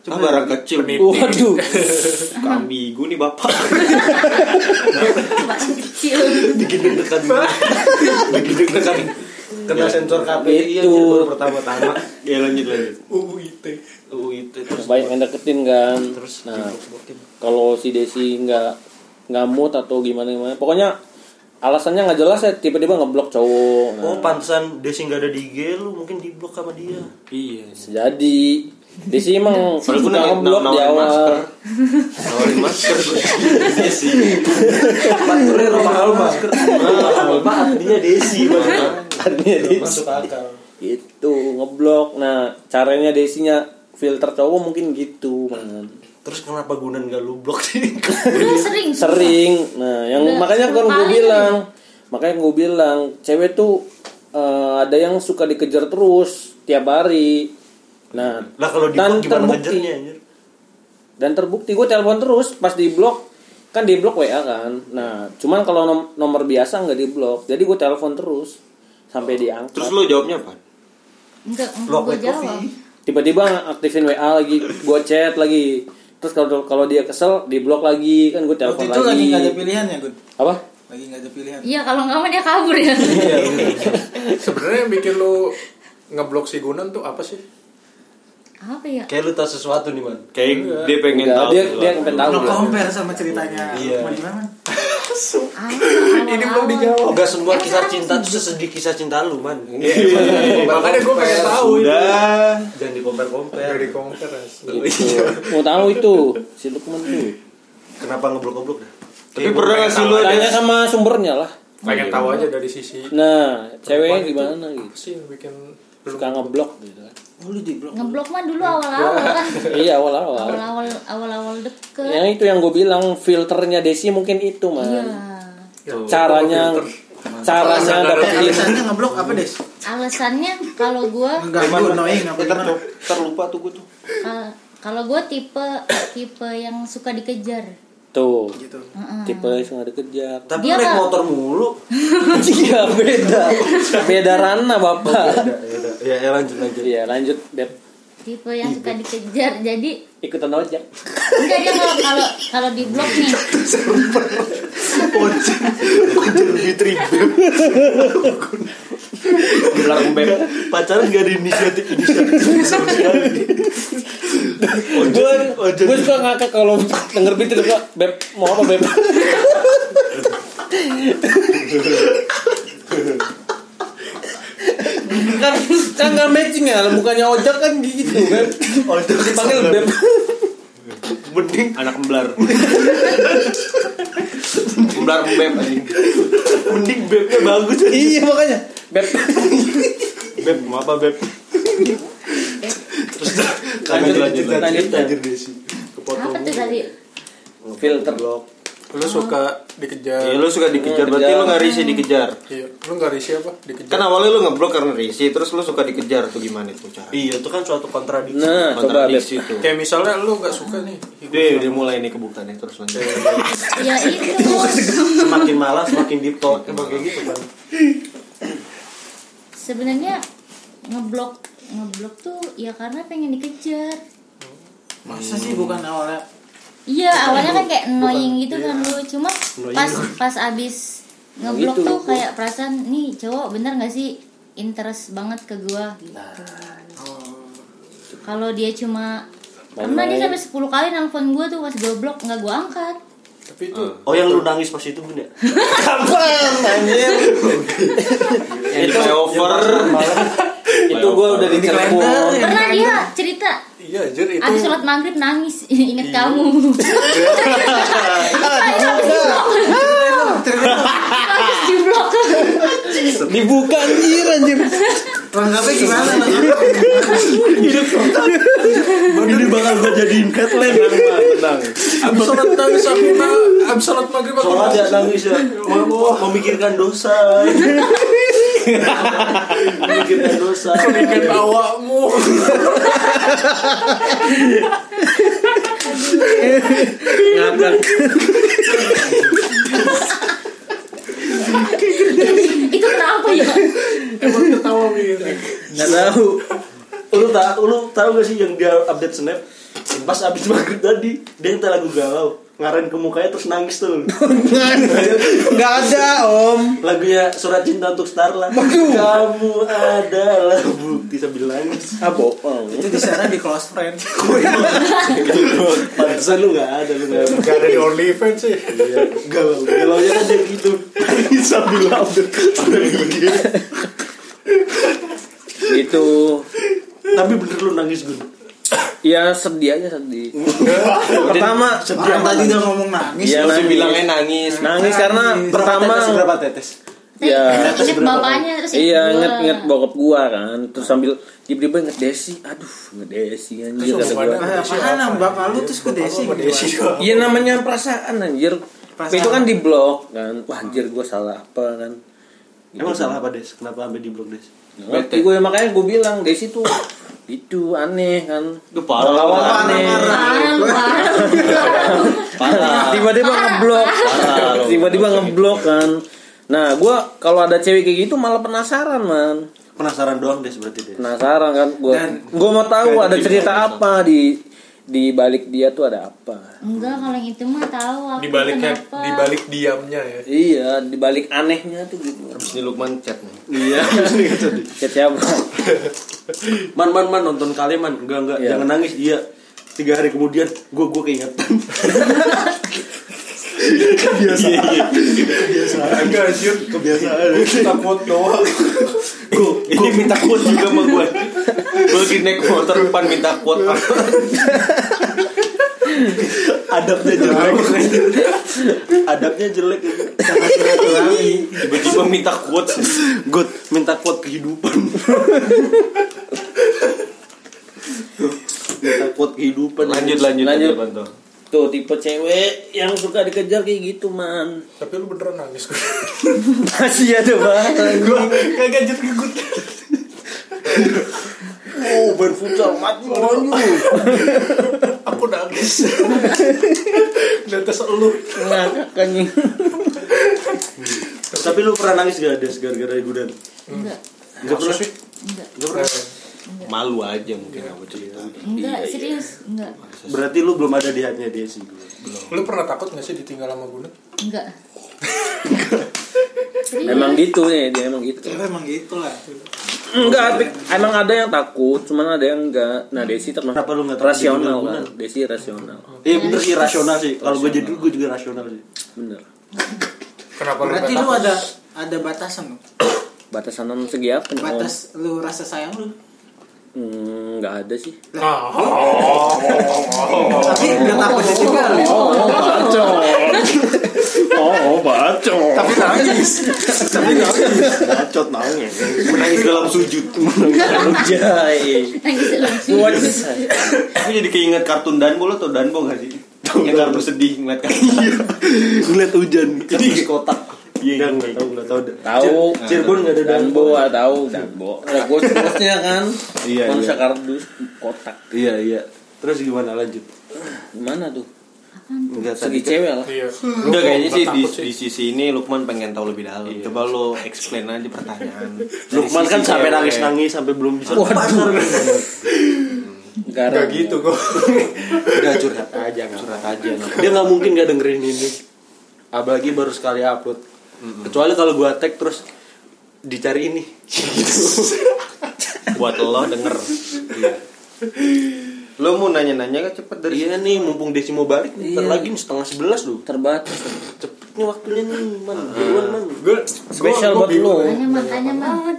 [SPEAKER 5] Ah, barang kecil nih.
[SPEAKER 2] Waduh.
[SPEAKER 5] Kami gue nih bapak.
[SPEAKER 6] Barang kecil
[SPEAKER 3] bikin deg-degan bikin deg-degan kena sensor KPI
[SPEAKER 2] Itu.
[SPEAKER 3] yang baru pertama-tama
[SPEAKER 5] Ya Iya. lanjut lanjut.
[SPEAKER 4] UU ITE.
[SPEAKER 3] uh itu terus
[SPEAKER 2] Banyak yang deketin kan.
[SPEAKER 3] terus
[SPEAKER 2] Nah,
[SPEAKER 3] diblok-blokin.
[SPEAKER 2] kalau si Desi nggak nggak mood atau gimana gimana pokoknya alasannya nggak jelas ya tiba-tiba ngeblok cowok nah,
[SPEAKER 3] oh pantesan Desi nggak ada di IG lu mungkin diblok sama dia
[SPEAKER 5] Iya.
[SPEAKER 2] jadi Desi emang
[SPEAKER 5] Padahal gue
[SPEAKER 2] suka
[SPEAKER 5] nanya-
[SPEAKER 2] ngeblok di
[SPEAKER 5] nawarin
[SPEAKER 2] awal
[SPEAKER 5] masker. Nawarin masker gue. Iya sih.
[SPEAKER 3] Baturnya rumah Alma Mahal banget dia Desi banget
[SPEAKER 2] Artinya Desi
[SPEAKER 4] Masuk akal.
[SPEAKER 2] Iya, itu ngeblok nah caranya Desinya filter cowok mungkin gitu man
[SPEAKER 3] terus kenapa Gunan nggak lu blok sih
[SPEAKER 6] Lu sering
[SPEAKER 2] sering nah yang
[SPEAKER 6] Udah
[SPEAKER 2] makanya kan
[SPEAKER 6] sepuluh
[SPEAKER 2] gue
[SPEAKER 6] kali.
[SPEAKER 2] bilang makanya gue bilang cewek tuh eh, ada yang suka dikejar terus tiap hari nah
[SPEAKER 3] lah kalau
[SPEAKER 2] dan
[SPEAKER 3] diblok gimana
[SPEAKER 2] terbukti.
[SPEAKER 3] ngajarnya anjir
[SPEAKER 2] dan terbukti gue telepon terus pas di blok kan di blok WA kan nah cuman kalau nom- nomor biasa nggak di blok jadi gue telepon terus sampai diangkat
[SPEAKER 5] Terus lu jawabnya apa?
[SPEAKER 6] Enggak, enggak
[SPEAKER 3] Blok
[SPEAKER 6] gue
[SPEAKER 3] with
[SPEAKER 6] jawab
[SPEAKER 3] coffee.
[SPEAKER 2] tiba-tiba aktifin WA lagi gue chat lagi terus kalau kalau dia kesel di blok lagi kan gue
[SPEAKER 1] Waktu
[SPEAKER 2] telepon
[SPEAKER 1] itu lagi
[SPEAKER 2] lagi,
[SPEAKER 1] nggak ada pilihan ya Gun?
[SPEAKER 2] apa
[SPEAKER 1] Lagi nggak ada pilihan.
[SPEAKER 6] Iya kalau nggak mah dia kabur ya
[SPEAKER 4] Sebenarnya yang bikin lu ngeblok si Gunan tuh apa sih?
[SPEAKER 6] Apa ya
[SPEAKER 3] kayak lu tahu sesuatu nih man
[SPEAKER 5] Kayak dia pengen
[SPEAKER 2] Nggak,
[SPEAKER 5] tahu.
[SPEAKER 2] dia
[SPEAKER 5] gitu
[SPEAKER 2] dia
[SPEAKER 5] lah.
[SPEAKER 2] pengen tahu
[SPEAKER 1] No compare sama ceritanya
[SPEAKER 3] Iya.
[SPEAKER 1] Lukman Iman.
[SPEAKER 6] Ini belum dijawab
[SPEAKER 3] Oh, gak semua kisah cinta tuh sesedih kisah cinta lu man
[SPEAKER 2] Iya.
[SPEAKER 5] Iya,
[SPEAKER 4] Makanya gue pengen tahu itu.
[SPEAKER 5] Udah.
[SPEAKER 3] jangan di compare compare
[SPEAKER 4] Dari konferensi.
[SPEAKER 2] gitu mau tahu itu si Lukman tuh
[SPEAKER 3] kenapa ngeblok-ngeblok dah
[SPEAKER 5] Tapi pernah nggak sih lu ada?
[SPEAKER 2] tanya sama sumbernya lah
[SPEAKER 4] Pengen tahu aja dari sisi
[SPEAKER 2] nah
[SPEAKER 4] Perempuan
[SPEAKER 2] ceweknya
[SPEAKER 4] itu
[SPEAKER 2] gimana gitu
[SPEAKER 4] apa sih yang bikin lu
[SPEAKER 2] suka ngeblok gitu kan
[SPEAKER 1] Oh, lu di blok.
[SPEAKER 6] Ngeblok mah dulu awal-awal kan
[SPEAKER 2] iya awal-awal
[SPEAKER 6] Awal-awal awal-awal deket
[SPEAKER 2] yang itu yang gue bilang filternya Desi mungkin itu man
[SPEAKER 6] Iya
[SPEAKER 2] caranya caranya dapetin
[SPEAKER 1] Eh, Alasannya ngeblok apa des?
[SPEAKER 6] Alasannya kalau gue
[SPEAKER 1] Enggak mau annoying apa
[SPEAKER 5] Ntar
[SPEAKER 1] gimana?
[SPEAKER 5] tuh, ntar lupa tuh gue tuh.
[SPEAKER 6] Kal- eh, kalau gue tipe tipe yang suka dikejar
[SPEAKER 2] tuh
[SPEAKER 1] Gitu.
[SPEAKER 2] tipe yang ada kejar
[SPEAKER 3] tapi
[SPEAKER 6] Dia
[SPEAKER 3] naik
[SPEAKER 6] nggak-
[SPEAKER 3] motor mulu
[SPEAKER 2] iya beda beda ranah bapak
[SPEAKER 3] ya, ya lanjut lanjut
[SPEAKER 2] iya lanjut Beb
[SPEAKER 6] tipe yang suka dikejar jadi
[SPEAKER 2] ikutan ojek
[SPEAKER 6] enggak dia kalau kalau kalau di blok nih
[SPEAKER 3] Oh, iya.
[SPEAKER 5] Bilang beb.
[SPEAKER 3] pacaran gak ada inisiatif inisiatif sama sekali
[SPEAKER 2] gue gue suka ngakak kalau denger beat itu Kak. Beb mau apa Beb kan kan nggak matching ya mukanya ojek kan gitu kan
[SPEAKER 3] Ojek
[SPEAKER 2] dipanggil Beb
[SPEAKER 3] mending
[SPEAKER 5] Anak membelar. Membelar beb anjing.
[SPEAKER 3] mending bebnya bagus
[SPEAKER 2] iya makanya Beb
[SPEAKER 3] beb mau apa beb terus
[SPEAKER 2] Lanjut,
[SPEAKER 3] lanjut
[SPEAKER 2] lanjut,
[SPEAKER 3] lanjut
[SPEAKER 2] lanjut.
[SPEAKER 3] lanjut desi
[SPEAKER 6] apa tuh tadi
[SPEAKER 2] filter
[SPEAKER 4] lu suka dikejar.
[SPEAKER 5] Ya lu suka dikejar berarti lu nggak risih dikejar.
[SPEAKER 4] Iya. Lu nggak risih apa? Dikejar.
[SPEAKER 5] Kan awalnya lu ngeblok karena risih, terus lu suka dikejar tuh gimana tuh cara?
[SPEAKER 3] iya itu kan suatu kontradiksi
[SPEAKER 2] nah coba Beb
[SPEAKER 5] Kontradiksi tuh.
[SPEAKER 4] Kayak misalnya lu nggak suka nih.
[SPEAKER 3] gitu.
[SPEAKER 5] Dia udah mulai nih kebukannya terus lanjut.
[SPEAKER 3] Iya,
[SPEAKER 6] ya itu
[SPEAKER 3] semakin malas semakin deep talk emang kayak gitu kan
[SPEAKER 6] sebenarnya ngeblok ngeblok tuh ya karena pengen dikejar
[SPEAKER 1] Masa sih bukan awalnya?
[SPEAKER 6] iya awalnya kan kayak annoying gitu kan lu cuma pas pas abis
[SPEAKER 2] Gitu.
[SPEAKER 6] ngeblok tuh kayak perasaan nih cowok bener nggak sih interest banget ke gua gitu kalau dia cuma pernah dia
[SPEAKER 2] Main-main.
[SPEAKER 6] sampai 10 kali nelfon gua tuh pas gua blok nggak gua angkat
[SPEAKER 4] Tapi itu
[SPEAKER 3] oh yang lu nangis pas itu ya? bunda
[SPEAKER 2] kapan anjir
[SPEAKER 5] Yang di flyover
[SPEAKER 2] itu gue udah di
[SPEAKER 1] Di kalender
[SPEAKER 2] Cirebon
[SPEAKER 1] ya?
[SPEAKER 6] pernah dia cerita
[SPEAKER 4] iya anjir itu.
[SPEAKER 6] abis sholat maghrib nangis inget kamu Abis di blok. Abis di blok
[SPEAKER 2] Dibuka anjir anjir.
[SPEAKER 1] Lengkapnya gimana?
[SPEAKER 3] Ini bakal gue jadiin headline Nang, tenang.
[SPEAKER 4] Abis sholat nangis aku nang, abis sholat maghrib aku
[SPEAKER 3] Sholat ya nangis
[SPEAKER 4] nangis.
[SPEAKER 3] ya. Mem- Memikirkan dosa. Memikirkan dosa.
[SPEAKER 4] Berikan awakmu.
[SPEAKER 2] Ngakak.
[SPEAKER 6] itu kenapa ya
[SPEAKER 4] Emang ketawa begini.
[SPEAKER 3] Nggak tahu. Lu tak, lu tahu gak sih yang dia update snap? Pas abis maghrib tadi dia nyetel lagu galau, ngaren ke mukanya terus nangis tuh.
[SPEAKER 1] Enggak ada, Om.
[SPEAKER 3] Lagunya Surat Cinta untuk Starla. Kamu adalah bukti sambil nangis.
[SPEAKER 2] Ah bohong.
[SPEAKER 1] Itu di sana di close friend.
[SPEAKER 3] Pantesan lu gak ada lu gak ada. Iya.
[SPEAKER 4] Gak ada di OnlyFans sih.
[SPEAKER 3] Galau, galau nya kan dia gitu. sambil update.
[SPEAKER 2] Gitu.
[SPEAKER 3] Tapi bener lu nangis gun.
[SPEAKER 2] Ya sedih aja sedih. Pertama
[SPEAKER 1] Orang tadi udah ngomong nangis.
[SPEAKER 2] Iya,
[SPEAKER 5] Terus
[SPEAKER 2] nangis.
[SPEAKER 5] bilangnya nangis.
[SPEAKER 3] Nah.
[SPEAKER 2] nangis karena pertama
[SPEAKER 3] tetes?
[SPEAKER 2] ya
[SPEAKER 6] inget bapaknya terus inget
[SPEAKER 2] Iya
[SPEAKER 6] gua.
[SPEAKER 2] inget inget bokap gua kan terus sambil tiba-tiba inget Desi aduh inget Desi anjir
[SPEAKER 4] Terus
[SPEAKER 2] kata gua
[SPEAKER 4] omongannya
[SPEAKER 1] Ah, Apaan bapak lu terus ke Desi? gitu.
[SPEAKER 4] Sama Desi doang.
[SPEAKER 2] Iya namanya perasaan anjir
[SPEAKER 1] Perasaan.
[SPEAKER 2] itu kan di blok kan wah anjir gua salah apa kan
[SPEAKER 3] Emang salah apa Des? Kenapa sampai di blok Des?
[SPEAKER 2] Ngerti gue makanya gue bilang Desi tuh itu aneh kan
[SPEAKER 5] Itu parah.
[SPEAKER 2] Awal-awal
[SPEAKER 5] Parah,
[SPEAKER 2] aneh
[SPEAKER 6] parah lu parah lu.
[SPEAKER 5] Parah.
[SPEAKER 2] tiba-tiba ngeblok
[SPEAKER 5] Parah lu.
[SPEAKER 2] tiba-tiba ngeblok kan nah gue kalau ada cewek kayak gitu malah penasaran man
[SPEAKER 3] Penasaran doang Des berarti Des.
[SPEAKER 2] penasaran kan gue gue mau tahu ada cerita apa di di balik dia tuh ada apa
[SPEAKER 6] enggak kalau yang itu mah tahu aku
[SPEAKER 4] Di baliknya,
[SPEAKER 6] kenapa.
[SPEAKER 4] di balik diamnya ya.
[SPEAKER 2] iya di balik anehnya tuh gitu
[SPEAKER 5] Abis ini Lukman chat nih.
[SPEAKER 3] Iya.
[SPEAKER 2] Chat siapa
[SPEAKER 3] man man man nonton kalian man. Enggak enggak
[SPEAKER 2] Iya.
[SPEAKER 3] jangan nangis iya. Tiga hari kemudian gua gua keingetan. Kebiasaan. Kebiasaan.
[SPEAKER 4] Enggak sih,
[SPEAKER 3] Iya, Kebiasaan.
[SPEAKER 4] takut doang.
[SPEAKER 3] Gua, ini minta quote juga sama gua.
[SPEAKER 5] Gue lagi naik motor depan minta quote
[SPEAKER 3] Adabnya jelek. Adabnya jelek.
[SPEAKER 5] Tiba-tiba minta quote
[SPEAKER 3] Good, minta quote kehidupan. minta quote kehidupan.
[SPEAKER 5] Lanjut lanjut
[SPEAKER 2] Lanjut.
[SPEAKER 5] lanjut Banto
[SPEAKER 2] tuh tipe cewek yang suka dikejar kayak gitu man
[SPEAKER 4] Tapi lu beneran nangis gue.
[SPEAKER 2] masih ada banget
[SPEAKER 4] Gua kagak jadi kegut.
[SPEAKER 3] Oh, main futsal mati orangnya.
[SPEAKER 4] Aku nangis. Di atas lu.
[SPEAKER 2] ngakak anjing
[SPEAKER 3] Tapi lu pernah nangis gak Des gara-gara gudan?
[SPEAKER 6] enggak
[SPEAKER 3] Enggak pernah sih.
[SPEAKER 5] Malu aja mungkin aku cerita
[SPEAKER 6] enggak serius enggak
[SPEAKER 3] Berarti lu belum ada di hatinya Desi.
[SPEAKER 4] Lu pernah takut gak sih ditinggal sama Guna?
[SPEAKER 6] enggak
[SPEAKER 2] Emang gitu nih, dia emang gitu.
[SPEAKER 1] Cewek emang gitu lah.
[SPEAKER 2] Enggak, tapi emang ada yang takut, cuman ada yang enggak. Nah, Desi termasuk
[SPEAKER 3] Kenapa lu enggak takut
[SPEAKER 2] rasional
[SPEAKER 3] dibilang
[SPEAKER 2] kan?
[SPEAKER 3] benar?
[SPEAKER 2] Desi rasional.
[SPEAKER 3] Iya bener sih rasional sih. Kalau gue jadi dulu gue juga rasional sih.
[SPEAKER 2] Bener.
[SPEAKER 4] Kenapa lu
[SPEAKER 1] Berarti
[SPEAKER 4] nggak
[SPEAKER 1] lu
[SPEAKER 4] takut?
[SPEAKER 1] ada ada batasan lu.
[SPEAKER 2] Batasan segi apa nih? Om?
[SPEAKER 1] Batas lu rasa sayang lu.
[SPEAKER 2] Hmm, enggak ada sih.
[SPEAKER 4] Ah,
[SPEAKER 1] Tapi udah takut ditinggal ya.
[SPEAKER 3] Oh, bacot.
[SPEAKER 1] Tapi nangis. Tapi nangis.
[SPEAKER 3] Bacot
[SPEAKER 4] ya.
[SPEAKER 3] nangis. Menangis dalam sujud.
[SPEAKER 2] Anjay.
[SPEAKER 6] nangis dalam sih
[SPEAKER 2] What is that?
[SPEAKER 5] Aku jadi keinget kartun Danbo lo tau Danbo gak sih? Yang kartu sedih ngeliat kan. kartun
[SPEAKER 3] Ngeliat hujan. Jadi kotak. Iya, enggak tahu, enggak tahu.
[SPEAKER 2] Tahu.
[SPEAKER 3] Cir- Cirebon enggak ada danbo.
[SPEAKER 2] Danbo, ah, tahu Danbo. Ada gos-gosnya kan.
[SPEAKER 3] Iya, iya.
[SPEAKER 2] Manusia kardus kotak.
[SPEAKER 3] Iya, iya. Terus gimana lanjut? kan?
[SPEAKER 2] Gimana tuh?
[SPEAKER 3] Enggak
[SPEAKER 2] Segi cewek lah.
[SPEAKER 4] iya. Lu
[SPEAKER 5] Udah
[SPEAKER 4] kok
[SPEAKER 5] kayaknya
[SPEAKER 4] nggak
[SPEAKER 5] sih di,
[SPEAKER 4] takut
[SPEAKER 5] di sisi ini Lukman pengen tahu lebih dalam Coba lo explain aja pertanyaan Dari
[SPEAKER 3] Lukman kan
[SPEAKER 5] sisi
[SPEAKER 3] sampai
[SPEAKER 5] cewek.
[SPEAKER 3] nangis-nangis sampai belum bisa.
[SPEAKER 4] Nggak
[SPEAKER 2] Enggak
[SPEAKER 4] gitu gue.
[SPEAKER 3] Udah curhat aja, curhat aja. Dia nggak mungkin nggak dengerin ini. Apalagi baru sekali upload. Kecuali kalau gua tag terus dicari ini.
[SPEAKER 5] Buat lo denger Iya. Lo mau nanya-nanya kan cepet dari
[SPEAKER 3] Iya nih, mumpung Desi mau balik nih, ntar
[SPEAKER 2] Iya.
[SPEAKER 3] lagi nih setengah sebelas loh.
[SPEAKER 2] Terbatas.
[SPEAKER 3] Cepet nih waktunya nih, man. Duluan man.
[SPEAKER 4] Gue
[SPEAKER 2] Spesial buat lo.
[SPEAKER 6] makanya makanya mah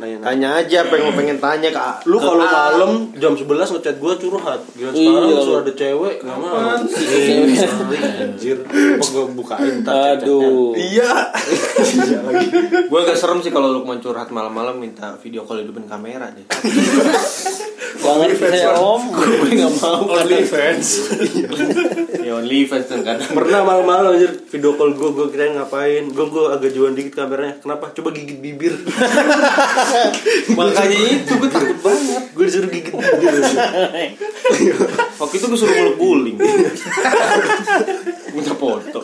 [SPEAKER 3] Nanya, nanya.
[SPEAKER 5] Tanya aja apa yang lo pengen tanya ke
[SPEAKER 3] Lu kalau malam jam 11 ngechat gua curhat. Gila sekarang
[SPEAKER 2] Iya.
[SPEAKER 3] suruh ada cewek, nggak mau. Eh,
[SPEAKER 2] Cewek.
[SPEAKER 3] sorry, Anjir, apa gua bukain ntar chat-chatnya?
[SPEAKER 2] Aduh.
[SPEAKER 4] Iya.
[SPEAKER 3] Iya lagi.
[SPEAKER 5] Gue agak serem sih kalau Lukman curhat malam-malam minta video call di depan kamera deh.
[SPEAKER 2] Jangan saya om.
[SPEAKER 5] Gue nggak mau.
[SPEAKER 4] Only fans.
[SPEAKER 5] Ya only fans tuh kan.
[SPEAKER 3] Pernah malam-malam anjir video call gue, gue kirain ngapain Gue gue agak jauhan dikit kameranya Kenapa? Coba gigit bibir
[SPEAKER 5] Makanya itu gue takut banget.
[SPEAKER 3] Gue disuruh gigit bibir
[SPEAKER 5] Waktu itu gue suruh muluk guling. Minta foto.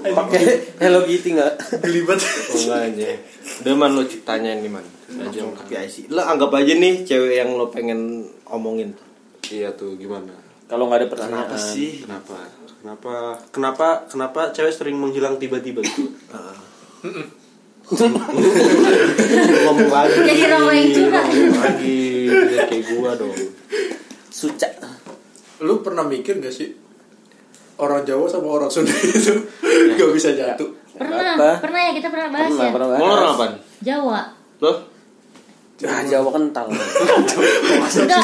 [SPEAKER 2] Pakai Hello Kitty nggak?
[SPEAKER 1] Gelibat.
[SPEAKER 5] Enggak aja. Udah man lo tanyain nih man. Aja kaki IC. Lo anggap aja nih cewek yang lo pengen omongin. Nah,
[SPEAKER 4] Iya tuh gimana?
[SPEAKER 2] Kalau nggak ada pertanyaan.
[SPEAKER 5] Kenapa sih?
[SPEAKER 3] Kenapa? Kenapa? Kenapa? Kenapa cewek sering menghilang tiba-tiba gitu?
[SPEAKER 5] Ah.
[SPEAKER 3] ngomong lagi
[SPEAKER 6] Jadi
[SPEAKER 2] Iya,
[SPEAKER 6] orang yang curhat.
[SPEAKER 3] ngomong lagi Lihat kayak gua dong
[SPEAKER 2] Suca.
[SPEAKER 4] Lu pernah mikir gak sih orang Jawa sama orang Sunda itu gak bisa jatuh?
[SPEAKER 6] Pernah,
[SPEAKER 2] Apa?
[SPEAKER 6] pernah ya kita pernah bahas
[SPEAKER 2] Pernah
[SPEAKER 6] ya.
[SPEAKER 2] pernah.
[SPEAKER 5] Mau lo orang apaan?
[SPEAKER 6] Jawa.
[SPEAKER 5] Lo?
[SPEAKER 2] Ah, Jawa kental.
[SPEAKER 6] Enggak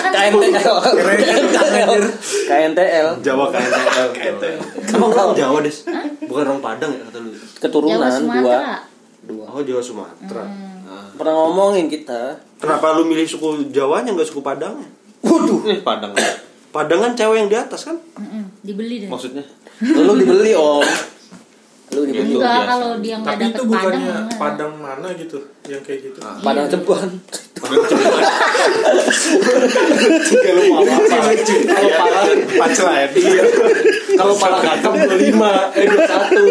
[SPEAKER 6] kan?
[SPEAKER 2] KNTL. KNTL. KNTL.
[SPEAKER 3] Jawa kan
[SPEAKER 2] Kamu
[SPEAKER 3] orang
[SPEAKER 2] tahu
[SPEAKER 3] Jawa des bukan orang Padang ya kata lu
[SPEAKER 6] Jawa
[SPEAKER 2] keturunan dua.
[SPEAKER 6] Sumatera.
[SPEAKER 3] oh Jawa Sumatera
[SPEAKER 5] Hmm.
[SPEAKER 2] Pernah ngomongin kita.
[SPEAKER 3] kenapa lu milih suku Jawanya nggak suku Padang
[SPEAKER 5] Waduh. Eh Padang.
[SPEAKER 3] Padang kan cewek yang di atas kan
[SPEAKER 6] Mm-mm, Dibeli deh.
[SPEAKER 5] Maksudnya?
[SPEAKER 2] Lu dibeli om. Lu dibeli.
[SPEAKER 5] Gitu,
[SPEAKER 6] Enggak
[SPEAKER 5] biasa.
[SPEAKER 6] kalau dia nggak
[SPEAKER 4] Tapi
[SPEAKER 6] dapet
[SPEAKER 4] itu
[SPEAKER 6] Padang.
[SPEAKER 4] bukannya
[SPEAKER 6] enggak.
[SPEAKER 4] Padang mana gitu yang kayak gitu.
[SPEAKER 2] Padang cepuan.
[SPEAKER 3] kalau parah kalau parah
[SPEAKER 4] Pancelain.
[SPEAKER 3] kalau parah kakak dua lima eh dua satu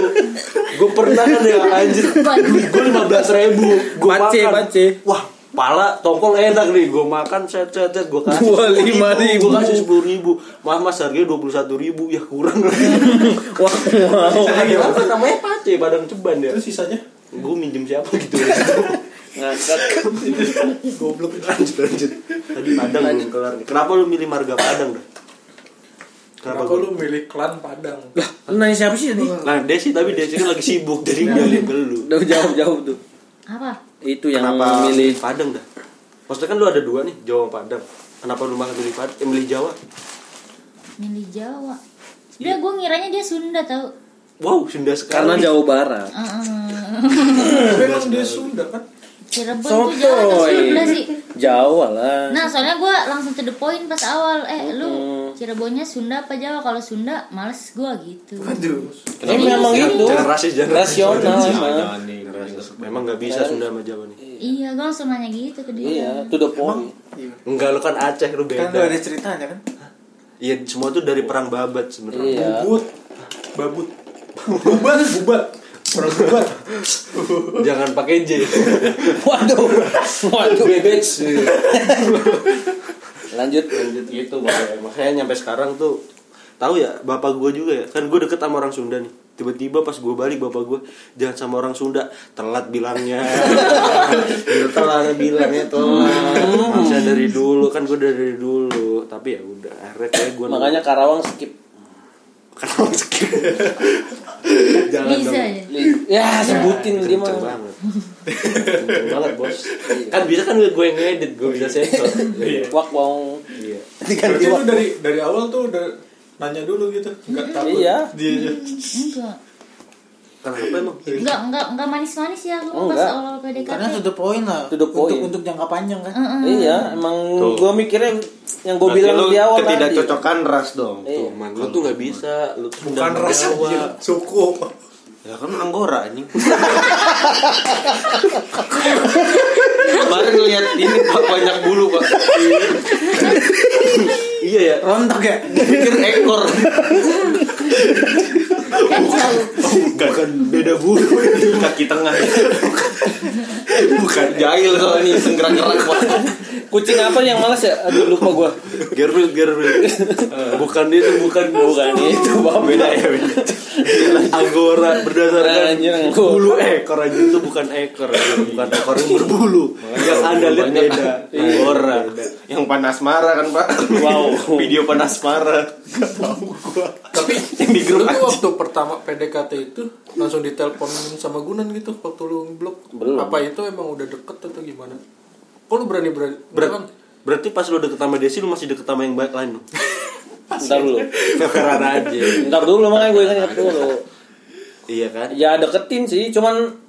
[SPEAKER 3] gue pernah kan ya anjir gue lima belas ribu gue
[SPEAKER 2] Bace,
[SPEAKER 3] makan
[SPEAKER 2] bace.
[SPEAKER 3] wah pala tongkol enak nih gue makan set set set gue kasih
[SPEAKER 2] Gua lima ribu.
[SPEAKER 3] gue kasih sepuluh ribu mas mas harganya dua puluh satu ribu ya kurang
[SPEAKER 2] Wah, wow.
[SPEAKER 3] lagi apa namanya pace padang ceban ya
[SPEAKER 4] Terus sisanya
[SPEAKER 3] gue minjem siapa gitu
[SPEAKER 2] Ngangkat.
[SPEAKER 4] goblok.
[SPEAKER 3] lanjut lanjut tadi padang belum kelar nih kenapa lu milih marga padang dah
[SPEAKER 4] Kenapa
[SPEAKER 3] gua-
[SPEAKER 4] lu milih klan Padang?
[SPEAKER 2] Nanya siapa sih tadi?
[SPEAKER 3] Nah, Desi tapi Desi kan lagi sibuk jadi ngalih ke lu.
[SPEAKER 2] Udah jawab-jawab tuh.
[SPEAKER 6] Apa?
[SPEAKER 2] Itu Iya. yang
[SPEAKER 3] Kenapa milih
[SPEAKER 2] milih
[SPEAKER 3] Padang dah? Maksudnya kan lu ada dua nih, Jawa sama Padang. Kenapa lu malah milih Padang? Eh, milih Jawa?
[SPEAKER 6] Milih Jawa.
[SPEAKER 2] Iya.
[SPEAKER 6] Udah gue ngiranya dia Sunda tau.
[SPEAKER 3] Wow, Sunda sekali.
[SPEAKER 2] karena Jawa Barat.
[SPEAKER 4] Memang dia Sunda kan?
[SPEAKER 6] Cirebon tuh Jawa atau
[SPEAKER 2] Sotoy.
[SPEAKER 6] Sunda sih?
[SPEAKER 2] Jawa lah.
[SPEAKER 6] Nah soalnya gue langsung to the point pas awal Eh lu Cirebonnya Sunda apa Jawa? Kalau Sunda males gue gitu
[SPEAKER 4] Aduh.
[SPEAKER 2] Ini memang gitu.
[SPEAKER 3] Jangan rasis, jangan rasis.
[SPEAKER 2] Rasional emang.
[SPEAKER 5] Jangan nih.
[SPEAKER 3] Memang nggak bisa Sunda sama Jawa nih.
[SPEAKER 6] Iya gue langsung nanya gitu ke dia
[SPEAKER 2] Iya, to the point.
[SPEAKER 3] Enggak, lu kan Aceh, lu
[SPEAKER 1] Kan lu ada
[SPEAKER 3] beda.
[SPEAKER 1] ceritanya kan?
[SPEAKER 3] Iya, semua tuh dari perang babat sebenarnya.
[SPEAKER 2] Iya.
[SPEAKER 4] Bubut. Babut. Bubat, bubat. Orang bubat.
[SPEAKER 3] Jangan pakai J.
[SPEAKER 2] Waduh. Waduh.
[SPEAKER 3] Bebek.
[SPEAKER 2] Lanjut.
[SPEAKER 3] Lanjut gitu, makanya. makanya nyampe sekarang tuh tahu ya bapak gue juga ya kan gue deket sama orang Sunda nih tiba-tiba pas gue balik bapak gue jangan sama orang Sunda telat bilangnya Gitu, telat bilangnya telat Harusnya dari dulu kan gue dari dulu tapi ya udah akhirnya kayak gue
[SPEAKER 2] Makanya Karawang skip.
[SPEAKER 3] karena skip jangan
[SPEAKER 6] Bisa
[SPEAKER 3] dong
[SPEAKER 6] ya
[SPEAKER 2] Ya, sebutin dia
[SPEAKER 3] Kenceng
[SPEAKER 2] mah.
[SPEAKER 3] banget Kenceng banget bos kan bisa kan gue yang ngedit gue bisa sensor
[SPEAKER 2] Wak wong.
[SPEAKER 3] iya
[SPEAKER 4] Berarti lu dari dari awal tuh udah nanya dulu gitu. Enggak takut.
[SPEAKER 2] Iya.
[SPEAKER 4] Dia aja.
[SPEAKER 6] Enggak
[SPEAKER 3] kenapa emang gitu?
[SPEAKER 6] Enggak, enggak, enggak manis-manis ya gue
[SPEAKER 2] Oh,
[SPEAKER 6] pas
[SPEAKER 2] enggak.
[SPEAKER 6] awal PDKT
[SPEAKER 1] Karena to the point lah.
[SPEAKER 2] To the point.
[SPEAKER 1] Untuk untuk jangka panjang kan.
[SPEAKER 2] Iya, emang
[SPEAKER 5] Tuh.
[SPEAKER 2] gue mikirnya yang gue
[SPEAKER 5] Berarti
[SPEAKER 2] bilang
[SPEAKER 5] lu
[SPEAKER 2] di awal tadi.
[SPEAKER 5] ketidakcocokan ras dong.
[SPEAKER 2] Iya.
[SPEAKER 3] Man, lu tuh nggak bisa lu tuh
[SPEAKER 4] Bukan rasa gila. Suku.
[SPEAKER 5] Ya kan Anggora anjing. Kemarin lihat ini Pak, banyak bulu pak.
[SPEAKER 3] iya ya
[SPEAKER 1] Rontok ya.
[SPEAKER 5] Pikir ekor.
[SPEAKER 3] bukan beda bulu
[SPEAKER 5] Kaki tengah. Bukan jahil soalnya senggerak-gerak pak.
[SPEAKER 2] Kucing apa yang malas ya? Aduh lupa gue.
[SPEAKER 3] Gerbil, Gerbil. bukan itu, bukan
[SPEAKER 2] Bukan itu, Bang.
[SPEAKER 3] Beda ya, beda. Anggora
[SPEAKER 2] Nah,
[SPEAKER 3] berdasarkan
[SPEAKER 2] anjir, anggora.
[SPEAKER 3] bulu ekor aja itu bukan ekor, anjir. bukan ekor yang berbulu. Yang Anda lihat
[SPEAKER 5] Banyak
[SPEAKER 3] beda.
[SPEAKER 5] Anggora. Yang panas marah kan pak.
[SPEAKER 2] Wow.
[SPEAKER 5] Video panas marah.
[SPEAKER 4] Tapi
[SPEAKER 5] Yang di
[SPEAKER 4] lu
[SPEAKER 5] grup
[SPEAKER 4] tuh waktu pertama PDKT itu langsung ditelepon sama Gunan gitu waktu lu ngeblok.
[SPEAKER 2] Belum.
[SPEAKER 4] Apa itu emang udah deket atau gimana? Kok lu berani berani?
[SPEAKER 3] Ber- berarti pas lu deket sama Desi lu masih deket sama yang baik lain.
[SPEAKER 2] Ntar dulu.
[SPEAKER 3] Keren aja.
[SPEAKER 2] Ntar dulu makanya gue ingat dulu.
[SPEAKER 3] Iya kan?
[SPEAKER 2] Ya deketin sih, cuman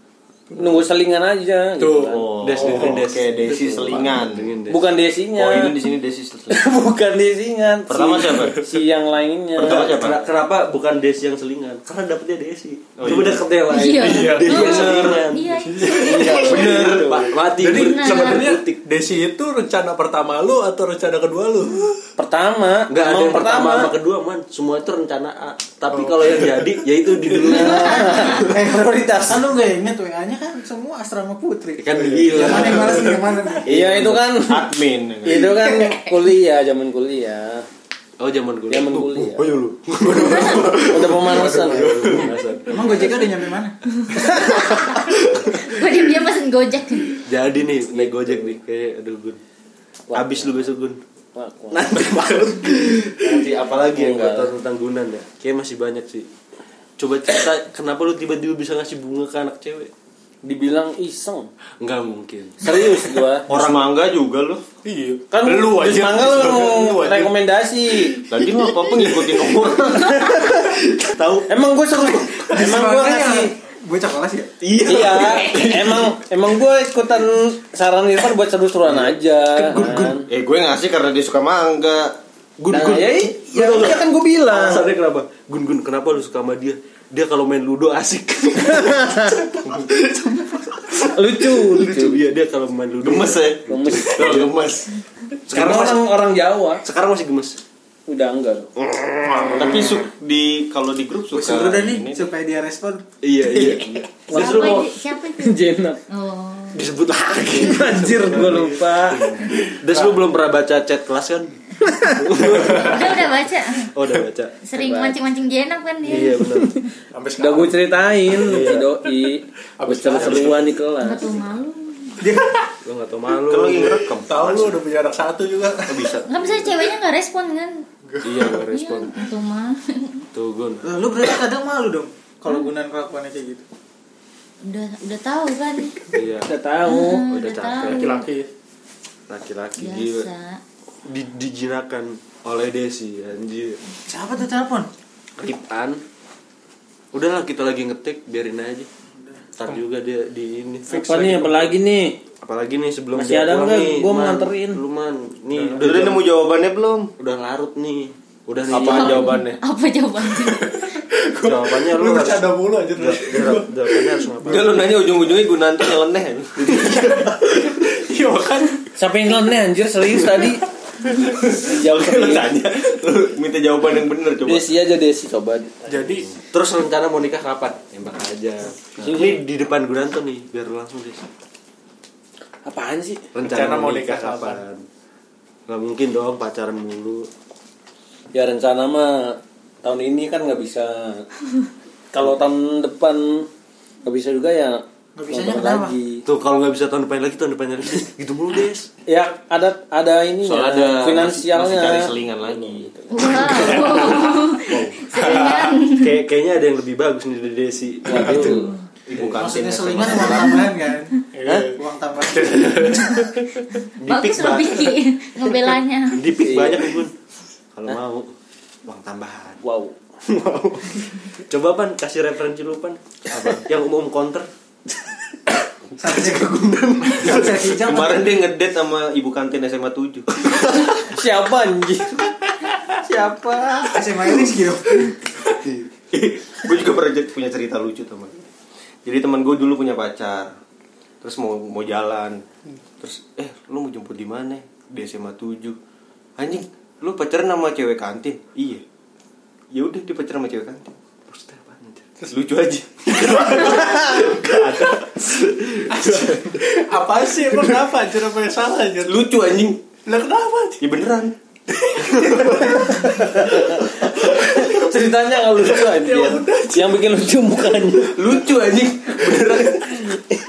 [SPEAKER 2] nunggu selingan aja gitu kan.
[SPEAKER 3] Des, Des, Des.
[SPEAKER 5] Oh. Oke, Desi Selingan.
[SPEAKER 2] bukan desinya
[SPEAKER 5] Poin Oh, di sini Desi Selingan.
[SPEAKER 2] bukan desinya
[SPEAKER 5] Pertama
[SPEAKER 2] Si-
[SPEAKER 5] siapa?
[SPEAKER 2] si yang lainnya
[SPEAKER 5] Pertama siapa?
[SPEAKER 3] Kena- Kenapa bukan Des yang selingan? Karena dapetnya Desi.
[SPEAKER 5] Oh,
[SPEAKER 3] Coba
[SPEAKER 5] iya.
[SPEAKER 3] deket yang lain.
[SPEAKER 6] Iya.
[SPEAKER 3] Desi yang selingan.
[SPEAKER 6] Iya.
[SPEAKER 3] Bener. Ma- Mati.
[SPEAKER 4] Jadi
[SPEAKER 6] Nah.
[SPEAKER 4] sebenarnya Desi itu rencana pertama lu atau rencana kedua lu?
[SPEAKER 2] pertama
[SPEAKER 3] Enggak ada
[SPEAKER 2] emang
[SPEAKER 3] yang pertama sama kedua man Semua itu rencana A Tapi kalau yang jadi Ya itu di dulu
[SPEAKER 1] Eh prioritas. Kan lu gak inget WA-nya kan semua asrama putri.
[SPEAKER 3] Kan
[SPEAKER 1] Yang
[SPEAKER 3] gila
[SPEAKER 1] mana yang males nih, yang mana nih?
[SPEAKER 2] iya itu kan
[SPEAKER 5] Admin. ya
[SPEAKER 2] itu kan kuliah zaman kuliah
[SPEAKER 3] Oh zaman gue
[SPEAKER 2] zaman kuliah
[SPEAKER 5] oh, iya
[SPEAKER 2] udah pemanasan
[SPEAKER 1] Emang Gojek udah nyampe mana?
[SPEAKER 6] Gue diam-diam pesen gojek.
[SPEAKER 3] Jadi nih Naik gojek nih Kayak aduh Gun Abis lu besok Gun
[SPEAKER 2] Wah, wah.
[SPEAKER 3] Nanti banget Nanti apalagi yang gak
[SPEAKER 2] Enggak.
[SPEAKER 3] tau tentang Gunan ya Kayak masih banyak sih Coba cerita Kenapa lu tiba-tiba bisa ngasih bunga ke anak cewek
[SPEAKER 2] dibilang iseng
[SPEAKER 3] Enggak mungkin
[SPEAKER 2] serius gua
[SPEAKER 5] Orang mangga juga lu.
[SPEAKER 4] Iya.
[SPEAKER 2] kan
[SPEAKER 4] lu
[SPEAKER 2] di
[SPEAKER 4] aja.
[SPEAKER 2] semangka
[SPEAKER 4] Lu
[SPEAKER 2] lu
[SPEAKER 4] aja.
[SPEAKER 2] rekomendasi
[SPEAKER 5] Tadi lu apa-apa ngikutin orang.
[SPEAKER 3] Tahu
[SPEAKER 2] emang gua seru emang gua
[SPEAKER 1] Makanya,
[SPEAKER 2] ngasih
[SPEAKER 1] Bocah kelas ya?
[SPEAKER 2] iya emang emang gua ikutan saran Irfan buat seru-seruan aja kan.
[SPEAKER 5] Eh gue ngasih karena dia suka mangga.
[SPEAKER 3] Gun
[SPEAKER 2] Nah,
[SPEAKER 3] Gun
[SPEAKER 2] ya, ya,
[SPEAKER 3] Gun, Gun.
[SPEAKER 2] kan gue bilang
[SPEAKER 3] Alasannya kenapa? Gun Gun kenapa lu suka sama dia? Dia kalau main ludo asik.
[SPEAKER 2] lucu
[SPEAKER 3] Lucu dia Iya, dia kalau main ludo.
[SPEAKER 5] Gemes ya.
[SPEAKER 2] Gemes.
[SPEAKER 5] Lu Gemes.
[SPEAKER 2] karena orang orang Jawa
[SPEAKER 3] Sekarang masih gemes.
[SPEAKER 2] udah enggak dong.
[SPEAKER 5] Tapi su- di kalau di grup
[SPEAKER 1] Gue
[SPEAKER 5] suka.
[SPEAKER 1] suruh dah
[SPEAKER 5] ini.
[SPEAKER 1] nih supaya dia respon.
[SPEAKER 3] Iya iya.
[SPEAKER 6] Siapa
[SPEAKER 3] Justru mau
[SPEAKER 6] itu? Siapa itu?
[SPEAKER 2] Jenap
[SPEAKER 6] Oh.
[SPEAKER 3] disebut lagi.
[SPEAKER 2] anjir gue lupa
[SPEAKER 3] Terus lu belum pernah baca chat kelas kan?
[SPEAKER 6] Udah udah baca.
[SPEAKER 3] Oh udah baca.
[SPEAKER 6] Sering mancing-mancing jenap kan
[SPEAKER 3] Iya
[SPEAKER 6] dia.
[SPEAKER 3] benar.
[SPEAKER 4] Sampai
[SPEAKER 2] udah
[SPEAKER 4] sekarang.
[SPEAKER 2] gue ceritain lu si doi Iya. abis seru-seruan di
[SPEAKER 6] Enggak
[SPEAKER 2] kelas
[SPEAKER 6] tahu malu.
[SPEAKER 3] Lu nggak tau malu.
[SPEAKER 5] Kalau lagi ngerekam.
[SPEAKER 4] Tahu lu udah punya anak satu juga.
[SPEAKER 5] bisa.
[SPEAKER 6] Enggak bisa ceweknya enggak respon kan?
[SPEAKER 3] Iya nggak respon.
[SPEAKER 6] Iya, Itu mah.
[SPEAKER 3] Tuh Gun.
[SPEAKER 1] Lah, Lu berarti kadang malu dong kalau gunaan kelakuannya kayak gitu.
[SPEAKER 6] Udah udah tahu kan?
[SPEAKER 3] Iya.
[SPEAKER 2] udah tahu
[SPEAKER 6] Hmm,
[SPEAKER 3] udah capek.
[SPEAKER 4] Laki-laki.
[SPEAKER 3] Laki-laki gila.
[SPEAKER 6] Biasa.
[SPEAKER 3] Di- dijinakan oleh Desi anjir.
[SPEAKER 1] Siapa tuh telepon?
[SPEAKER 3] Ripan. Udahlah kita lagi ngetik biarin aja. Ntar juga dia di ini.
[SPEAKER 2] apa nih apa lagi nih
[SPEAKER 3] Apalagi nih sebelum
[SPEAKER 2] Masih ada
[SPEAKER 3] pulang
[SPEAKER 2] nggak?
[SPEAKER 3] nih,
[SPEAKER 2] Gua
[SPEAKER 3] Man.
[SPEAKER 2] mau nganterin.
[SPEAKER 3] Lu man, nih udah,
[SPEAKER 5] Udah nemu jawabannya belum?
[SPEAKER 3] udah larut nih. Udah nih.
[SPEAKER 5] Apaan jawabannya?
[SPEAKER 6] Apa jawabannya?
[SPEAKER 3] Jawabannya lu
[SPEAKER 4] Lu
[SPEAKER 3] harus
[SPEAKER 4] bercanda mulu aja terus.
[SPEAKER 3] jawab- jawab- jawabannya harus ngapain?
[SPEAKER 5] Udah lu nanya ujung-ujungnya gue nanti nyeleneh.
[SPEAKER 4] Iya kan.
[SPEAKER 2] siapa yang ngelam nih anjir serius tadi jauh
[SPEAKER 5] Lu tanya, lu minta jawaban yang bener coba.
[SPEAKER 2] Desi aja Desi coba
[SPEAKER 4] Jadi
[SPEAKER 3] Terus rencana mau nikah kapan? Tembak aja. Nah. Ini di depan Gunanto nih, biar langsung deh.
[SPEAKER 2] apaan sih
[SPEAKER 4] Rencana mau nikah kapan?
[SPEAKER 3] Gak mungkin dong pacaran mulu.
[SPEAKER 2] ya rencana mah tahun ini kan nggak bisa kalau tahun depan nggak bisa juga ya
[SPEAKER 1] Nggak bisanya
[SPEAKER 2] nonton
[SPEAKER 1] kenapa?
[SPEAKER 3] Tuh kalau nggak bisa tahun depan lagi, tahun depan lagi gitu mulu guys.
[SPEAKER 2] ya ada ada ini ya, finansialnya
[SPEAKER 5] masih cari selingan lagi.
[SPEAKER 6] Wow. Seringan.
[SPEAKER 3] Kayak kayaknya ada yang lebih bagus nih dari Desi.
[SPEAKER 2] Waduh.
[SPEAKER 5] Ibu
[SPEAKER 1] Maksudnya
[SPEAKER 5] kantinnya
[SPEAKER 1] selingan
[SPEAKER 5] Iya,
[SPEAKER 1] uang
[SPEAKER 5] sama-
[SPEAKER 1] tambahan kan? Uang tambahan.
[SPEAKER 6] Bagus lo Pinky ngebelanya.
[SPEAKER 3] Dipik
[SPEAKER 2] Iya.
[SPEAKER 3] banyak Gun. Kalau mau.
[SPEAKER 5] uang tambahan.
[SPEAKER 2] wow
[SPEAKER 3] Coba pan kasih referensi lu pan. Apa? Yang umum counter.
[SPEAKER 1] Sampai kegunaan. Sampai hijau.
[SPEAKER 5] Kemarin dia ngedate sama ibu kantin SMA 7
[SPEAKER 2] siapa anjir siapa
[SPEAKER 1] SMA Iris gitu.
[SPEAKER 5] Gue juga pernah j- punya cerita lucu teman Jadi teman gue dulu punya pacar Terus mau mau jalan Terus eh lu mau jemput di mana Di SMA 7 Anjing lu pacaran sama cewek kantin Iya Ya udah dia pacaran sama cewek kantin Terus dia apaan, anjir? lucu aja
[SPEAKER 4] apa sih? Emang kenapa anjir apa yang salah anjir?
[SPEAKER 5] Lucu anjing
[SPEAKER 4] Lah kenapa anjir?
[SPEAKER 5] Ya beneran
[SPEAKER 2] ceritanya nggak lucu anjir yang bikin lucu mukanya
[SPEAKER 5] Ya Lucu anjing Beneran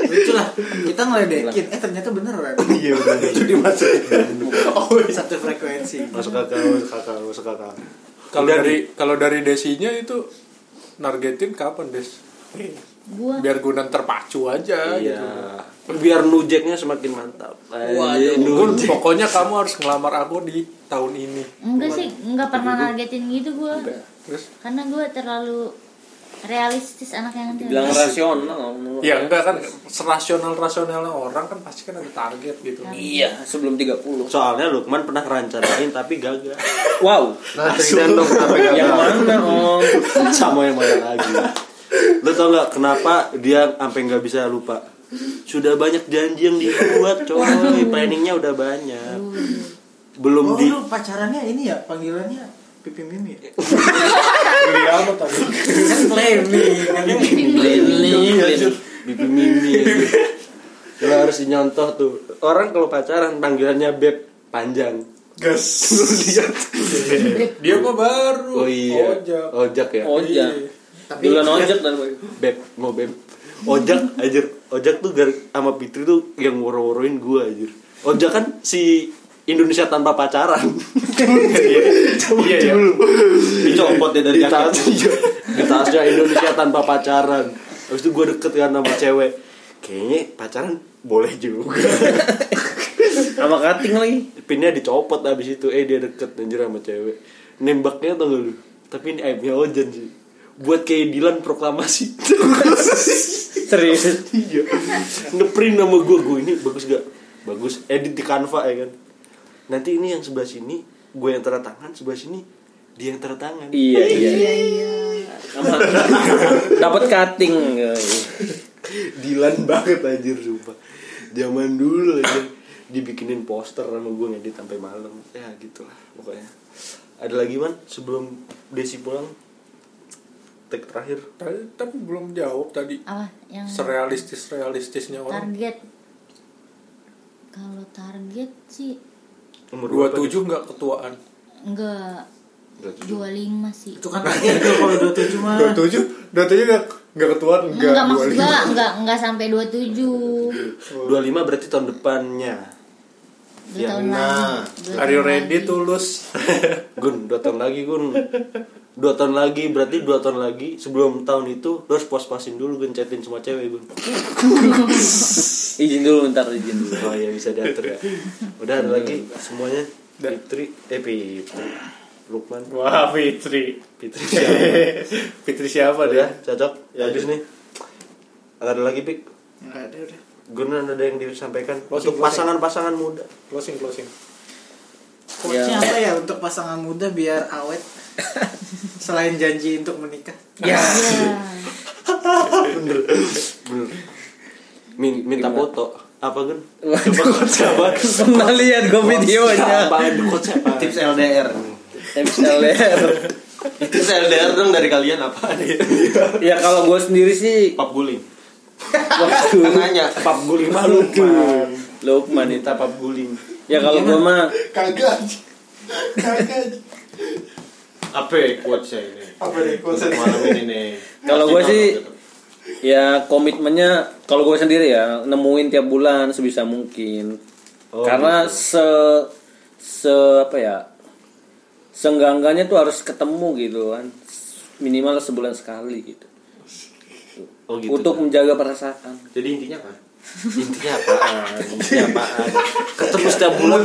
[SPEAKER 1] Lucu lah. Kita ngeledekin. Eh ternyata bener kan?
[SPEAKER 3] Iya udah itu dimaksud.
[SPEAKER 1] Satu frekuensi.
[SPEAKER 3] masuk akal masuk akal masuk akal
[SPEAKER 4] Kalau
[SPEAKER 3] Udah
[SPEAKER 4] dari kalau dari desinya itu nargetin kapan des?
[SPEAKER 6] Gua
[SPEAKER 4] Biar Gunan terpacu aja
[SPEAKER 3] iya
[SPEAKER 4] gitu.
[SPEAKER 3] biar nujeknya semakin mantap
[SPEAKER 2] Waduh.
[SPEAKER 3] Eh,
[SPEAKER 4] Gun,
[SPEAKER 3] nujek.
[SPEAKER 4] pokoknya kamu harus ngelamar aku di tahun ini.
[SPEAKER 6] enggak sih, enggak pernah nargetin gitu gua.
[SPEAKER 4] Terus
[SPEAKER 6] Karena gua terlalu realistis anak yang nanti
[SPEAKER 2] bilang rasional menurut
[SPEAKER 4] Ya
[SPEAKER 2] saya.
[SPEAKER 4] enggak kan serasional-rasionalnya orang kan pasti kan ada target gitu.
[SPEAKER 2] iya sebelum 30
[SPEAKER 3] Soalnya Lukman pernah rencanain tapi gagal.
[SPEAKER 2] wow
[SPEAKER 5] Nah, ceritain dong kenapa
[SPEAKER 2] yang
[SPEAKER 5] gagal.
[SPEAKER 2] mana om
[SPEAKER 3] Sama yang mana lagi. Lo tau gak kenapa dia sampai nggak bisa lupa? Sudah banyak janji yang dibuat, coy. Planningnya udah banyak. Belum
[SPEAKER 1] Oh,
[SPEAKER 3] di
[SPEAKER 1] lu pacarannya ini ya panggilannya pipi mimi ya?
[SPEAKER 3] Iya,
[SPEAKER 4] Beliau tadi.
[SPEAKER 1] kan claim nih kan
[SPEAKER 2] Lili
[SPEAKER 3] bibi mimi. Lo harus nyontoh tuh. Orang kalau pacaran panggilannya beb panjang.
[SPEAKER 4] Gas. Dia mah baru.
[SPEAKER 3] Oh iya.
[SPEAKER 4] Ojak.
[SPEAKER 3] Ojak ya.
[SPEAKER 4] Iya.
[SPEAKER 2] ojek
[SPEAKER 4] Tapi
[SPEAKER 2] duluan ojek dan
[SPEAKER 3] Beb, mau beb. Ojak, anjir. Ojak tuh gar sama Fitri tuh yang woro-woroin gua anjir. Ojak kan si Indonesia tanpa pacaran.
[SPEAKER 5] Iya, iya. Dicopot ya
[SPEAKER 3] Di
[SPEAKER 5] dari jaket.
[SPEAKER 3] tasnya, di tasnya Indonesia tanpa pacaran. Habis itu gua deket kan sama cewek. Kayaknya pacaran boleh juga.
[SPEAKER 2] sama kating lagi
[SPEAKER 3] Pinnya dicopot abis itu eh dia deket anjir sama cewek. Nembaknya tau gak lu? Tapi ini aibnya Ojan sih. Buat kayak Dilan proklamasi.
[SPEAKER 2] serius
[SPEAKER 3] iya ngeprint nama gue gue ini bagus gak bagus edit di Canva ya kan nanti ini yang sebelah sini gue yang tanda tangan sebelah sini dia yang tanda tangan
[SPEAKER 2] iya iya Sama- iya. dapat kating
[SPEAKER 3] dilan banget anjir sumpah zaman dulu aja dibikinin poster sama gue ngedit sampai malam ya gitulah pokoknya ada lagi man sebelum Desi pulang tag terakhir
[SPEAKER 4] Tadi- tapi belum jawab tadi.
[SPEAKER 6] apa yang
[SPEAKER 4] Serealistis realistisnya orang.
[SPEAKER 6] target kalau target sih
[SPEAKER 3] umur
[SPEAKER 4] Dua
[SPEAKER 3] berapa, Des?
[SPEAKER 4] tujuh nggak ketuaan.
[SPEAKER 6] enggak
[SPEAKER 3] 27.
[SPEAKER 6] 25 sih
[SPEAKER 1] itu kan target tuh kalau 27 mah
[SPEAKER 4] Dua tujuh, dua tujuh nggak nggak ketuaan nggak.
[SPEAKER 6] enggak maksud
[SPEAKER 4] 25.
[SPEAKER 6] gua enggak enggak sampai 27
[SPEAKER 3] dua lima berarti tahun depannya
[SPEAKER 6] dua tahun
[SPEAKER 3] nah.
[SPEAKER 6] lagi dua
[SPEAKER 4] Iya, Are you
[SPEAKER 6] tahun
[SPEAKER 4] ready
[SPEAKER 6] lagi.
[SPEAKER 4] tulus?
[SPEAKER 3] Gun, dua tahun lagi Gun Dua tahun lagi, berarti dua tahun lagi Sebelum tahun itu, lo harus puas-puasin dulu Gun, chatin semua cewek Gun
[SPEAKER 2] izin dulu ntar izin dulu
[SPEAKER 3] Oh iya, bisa diatur ya Udah ada lagi, semuanya Fitri, eh Fitri Lukman,
[SPEAKER 4] Wah Fitri.
[SPEAKER 3] Fitri siapa?
[SPEAKER 4] Fitri siapa
[SPEAKER 3] Udah,
[SPEAKER 4] dia?
[SPEAKER 3] cocok, ya habis nih Ada lagi Pik
[SPEAKER 1] nggak ada udah
[SPEAKER 3] Gun ada yang disampaikan
[SPEAKER 4] Closing,
[SPEAKER 3] Untuk pasangan-pasangan muda
[SPEAKER 4] Closing closing.
[SPEAKER 1] Quotes-nya
[SPEAKER 2] Ya.
[SPEAKER 1] apa ya untuk pasangan muda biar awet selain janji untuk menikah
[SPEAKER 2] ya
[SPEAKER 6] Iya.
[SPEAKER 3] Min- Minta foto Apa Gun? Coba coach apa?
[SPEAKER 2] pernah lihat gue
[SPEAKER 5] Iya,
[SPEAKER 2] videonya
[SPEAKER 3] Apaan? Coach apa?
[SPEAKER 5] Tips LDR.
[SPEAKER 2] MCLR
[SPEAKER 5] Tips LDR dong dari kalian apa nih?
[SPEAKER 2] ya kalau gue sendiri sih
[SPEAKER 5] Pap guling.
[SPEAKER 2] waktu
[SPEAKER 5] Kan nanya.
[SPEAKER 3] Pap guling mah Lukman
[SPEAKER 2] Lukman itu
[SPEAKER 3] Minta pap guling
[SPEAKER 2] ya kalau gue mah
[SPEAKER 4] Kagak. Kagak.
[SPEAKER 5] Apa ya quotes ini?
[SPEAKER 4] Apa nih
[SPEAKER 5] Untuk malam ini nih.
[SPEAKER 2] Kalau gua
[SPEAKER 5] Kasih gitu.
[SPEAKER 2] sih-
[SPEAKER 5] dong.
[SPEAKER 2] ya komitmennya kalau gue sendiri ya nemuin tiap bulan sebisa mungkin
[SPEAKER 3] Oh,
[SPEAKER 2] karena
[SPEAKER 3] gitu.
[SPEAKER 2] se se apa ya senggangganya tuh harus ketemu gitu kan minimal sebulan sekali gitu,
[SPEAKER 3] Oh gitu
[SPEAKER 2] untuk
[SPEAKER 3] Gun.
[SPEAKER 2] menjaga perasaan
[SPEAKER 5] Jadi intinya apa?
[SPEAKER 3] intinya apaan intinya apaan ketemu setiap bulan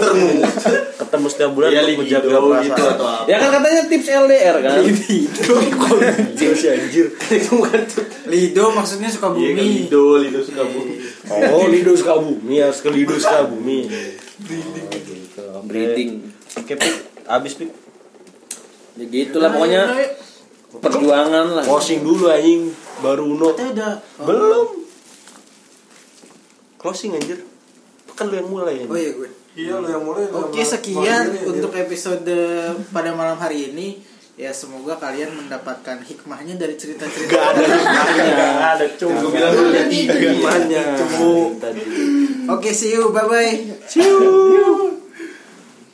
[SPEAKER 3] ketemu setiap bulan
[SPEAKER 5] Ya
[SPEAKER 3] untuk menjaga
[SPEAKER 5] libido
[SPEAKER 3] perasaan
[SPEAKER 5] gitu atau apa?
[SPEAKER 2] ya kan katanya tips LDR kan
[SPEAKER 3] Iya. Anjir sih anjir itu bukan tuh
[SPEAKER 1] Lido maksudnya suka
[SPEAKER 5] Iya, kan
[SPEAKER 1] bumi
[SPEAKER 5] Lido, Lido suka bumi.
[SPEAKER 3] oh lido suka bumi harus ke lido suka bumi
[SPEAKER 2] breeding
[SPEAKER 3] oke pik abis pik
[SPEAKER 2] ya gitulah pokoknya
[SPEAKER 3] Iya,
[SPEAKER 4] Iya,
[SPEAKER 1] Udah, yuk,
[SPEAKER 2] perjuangan lah
[SPEAKER 3] closing dulu anjing baru uno
[SPEAKER 1] udah, udah. Oh.
[SPEAKER 3] belum closing anjir kan lu yang mulai
[SPEAKER 1] oh iya gue
[SPEAKER 4] Iya lu yang mulai. lu
[SPEAKER 1] Oke
[SPEAKER 4] yang
[SPEAKER 1] sekian
[SPEAKER 4] mulai.
[SPEAKER 1] untuk episode pada malam hari ini ya semoga kalian mendapatkan hikmahnya dari cerita-cerita
[SPEAKER 3] Gak ada hikmahnya
[SPEAKER 4] ada cuma
[SPEAKER 5] Gue bilang udah tiga.
[SPEAKER 3] Hikmahnya Tadi
[SPEAKER 1] Oke see you bye bye
[SPEAKER 3] Cium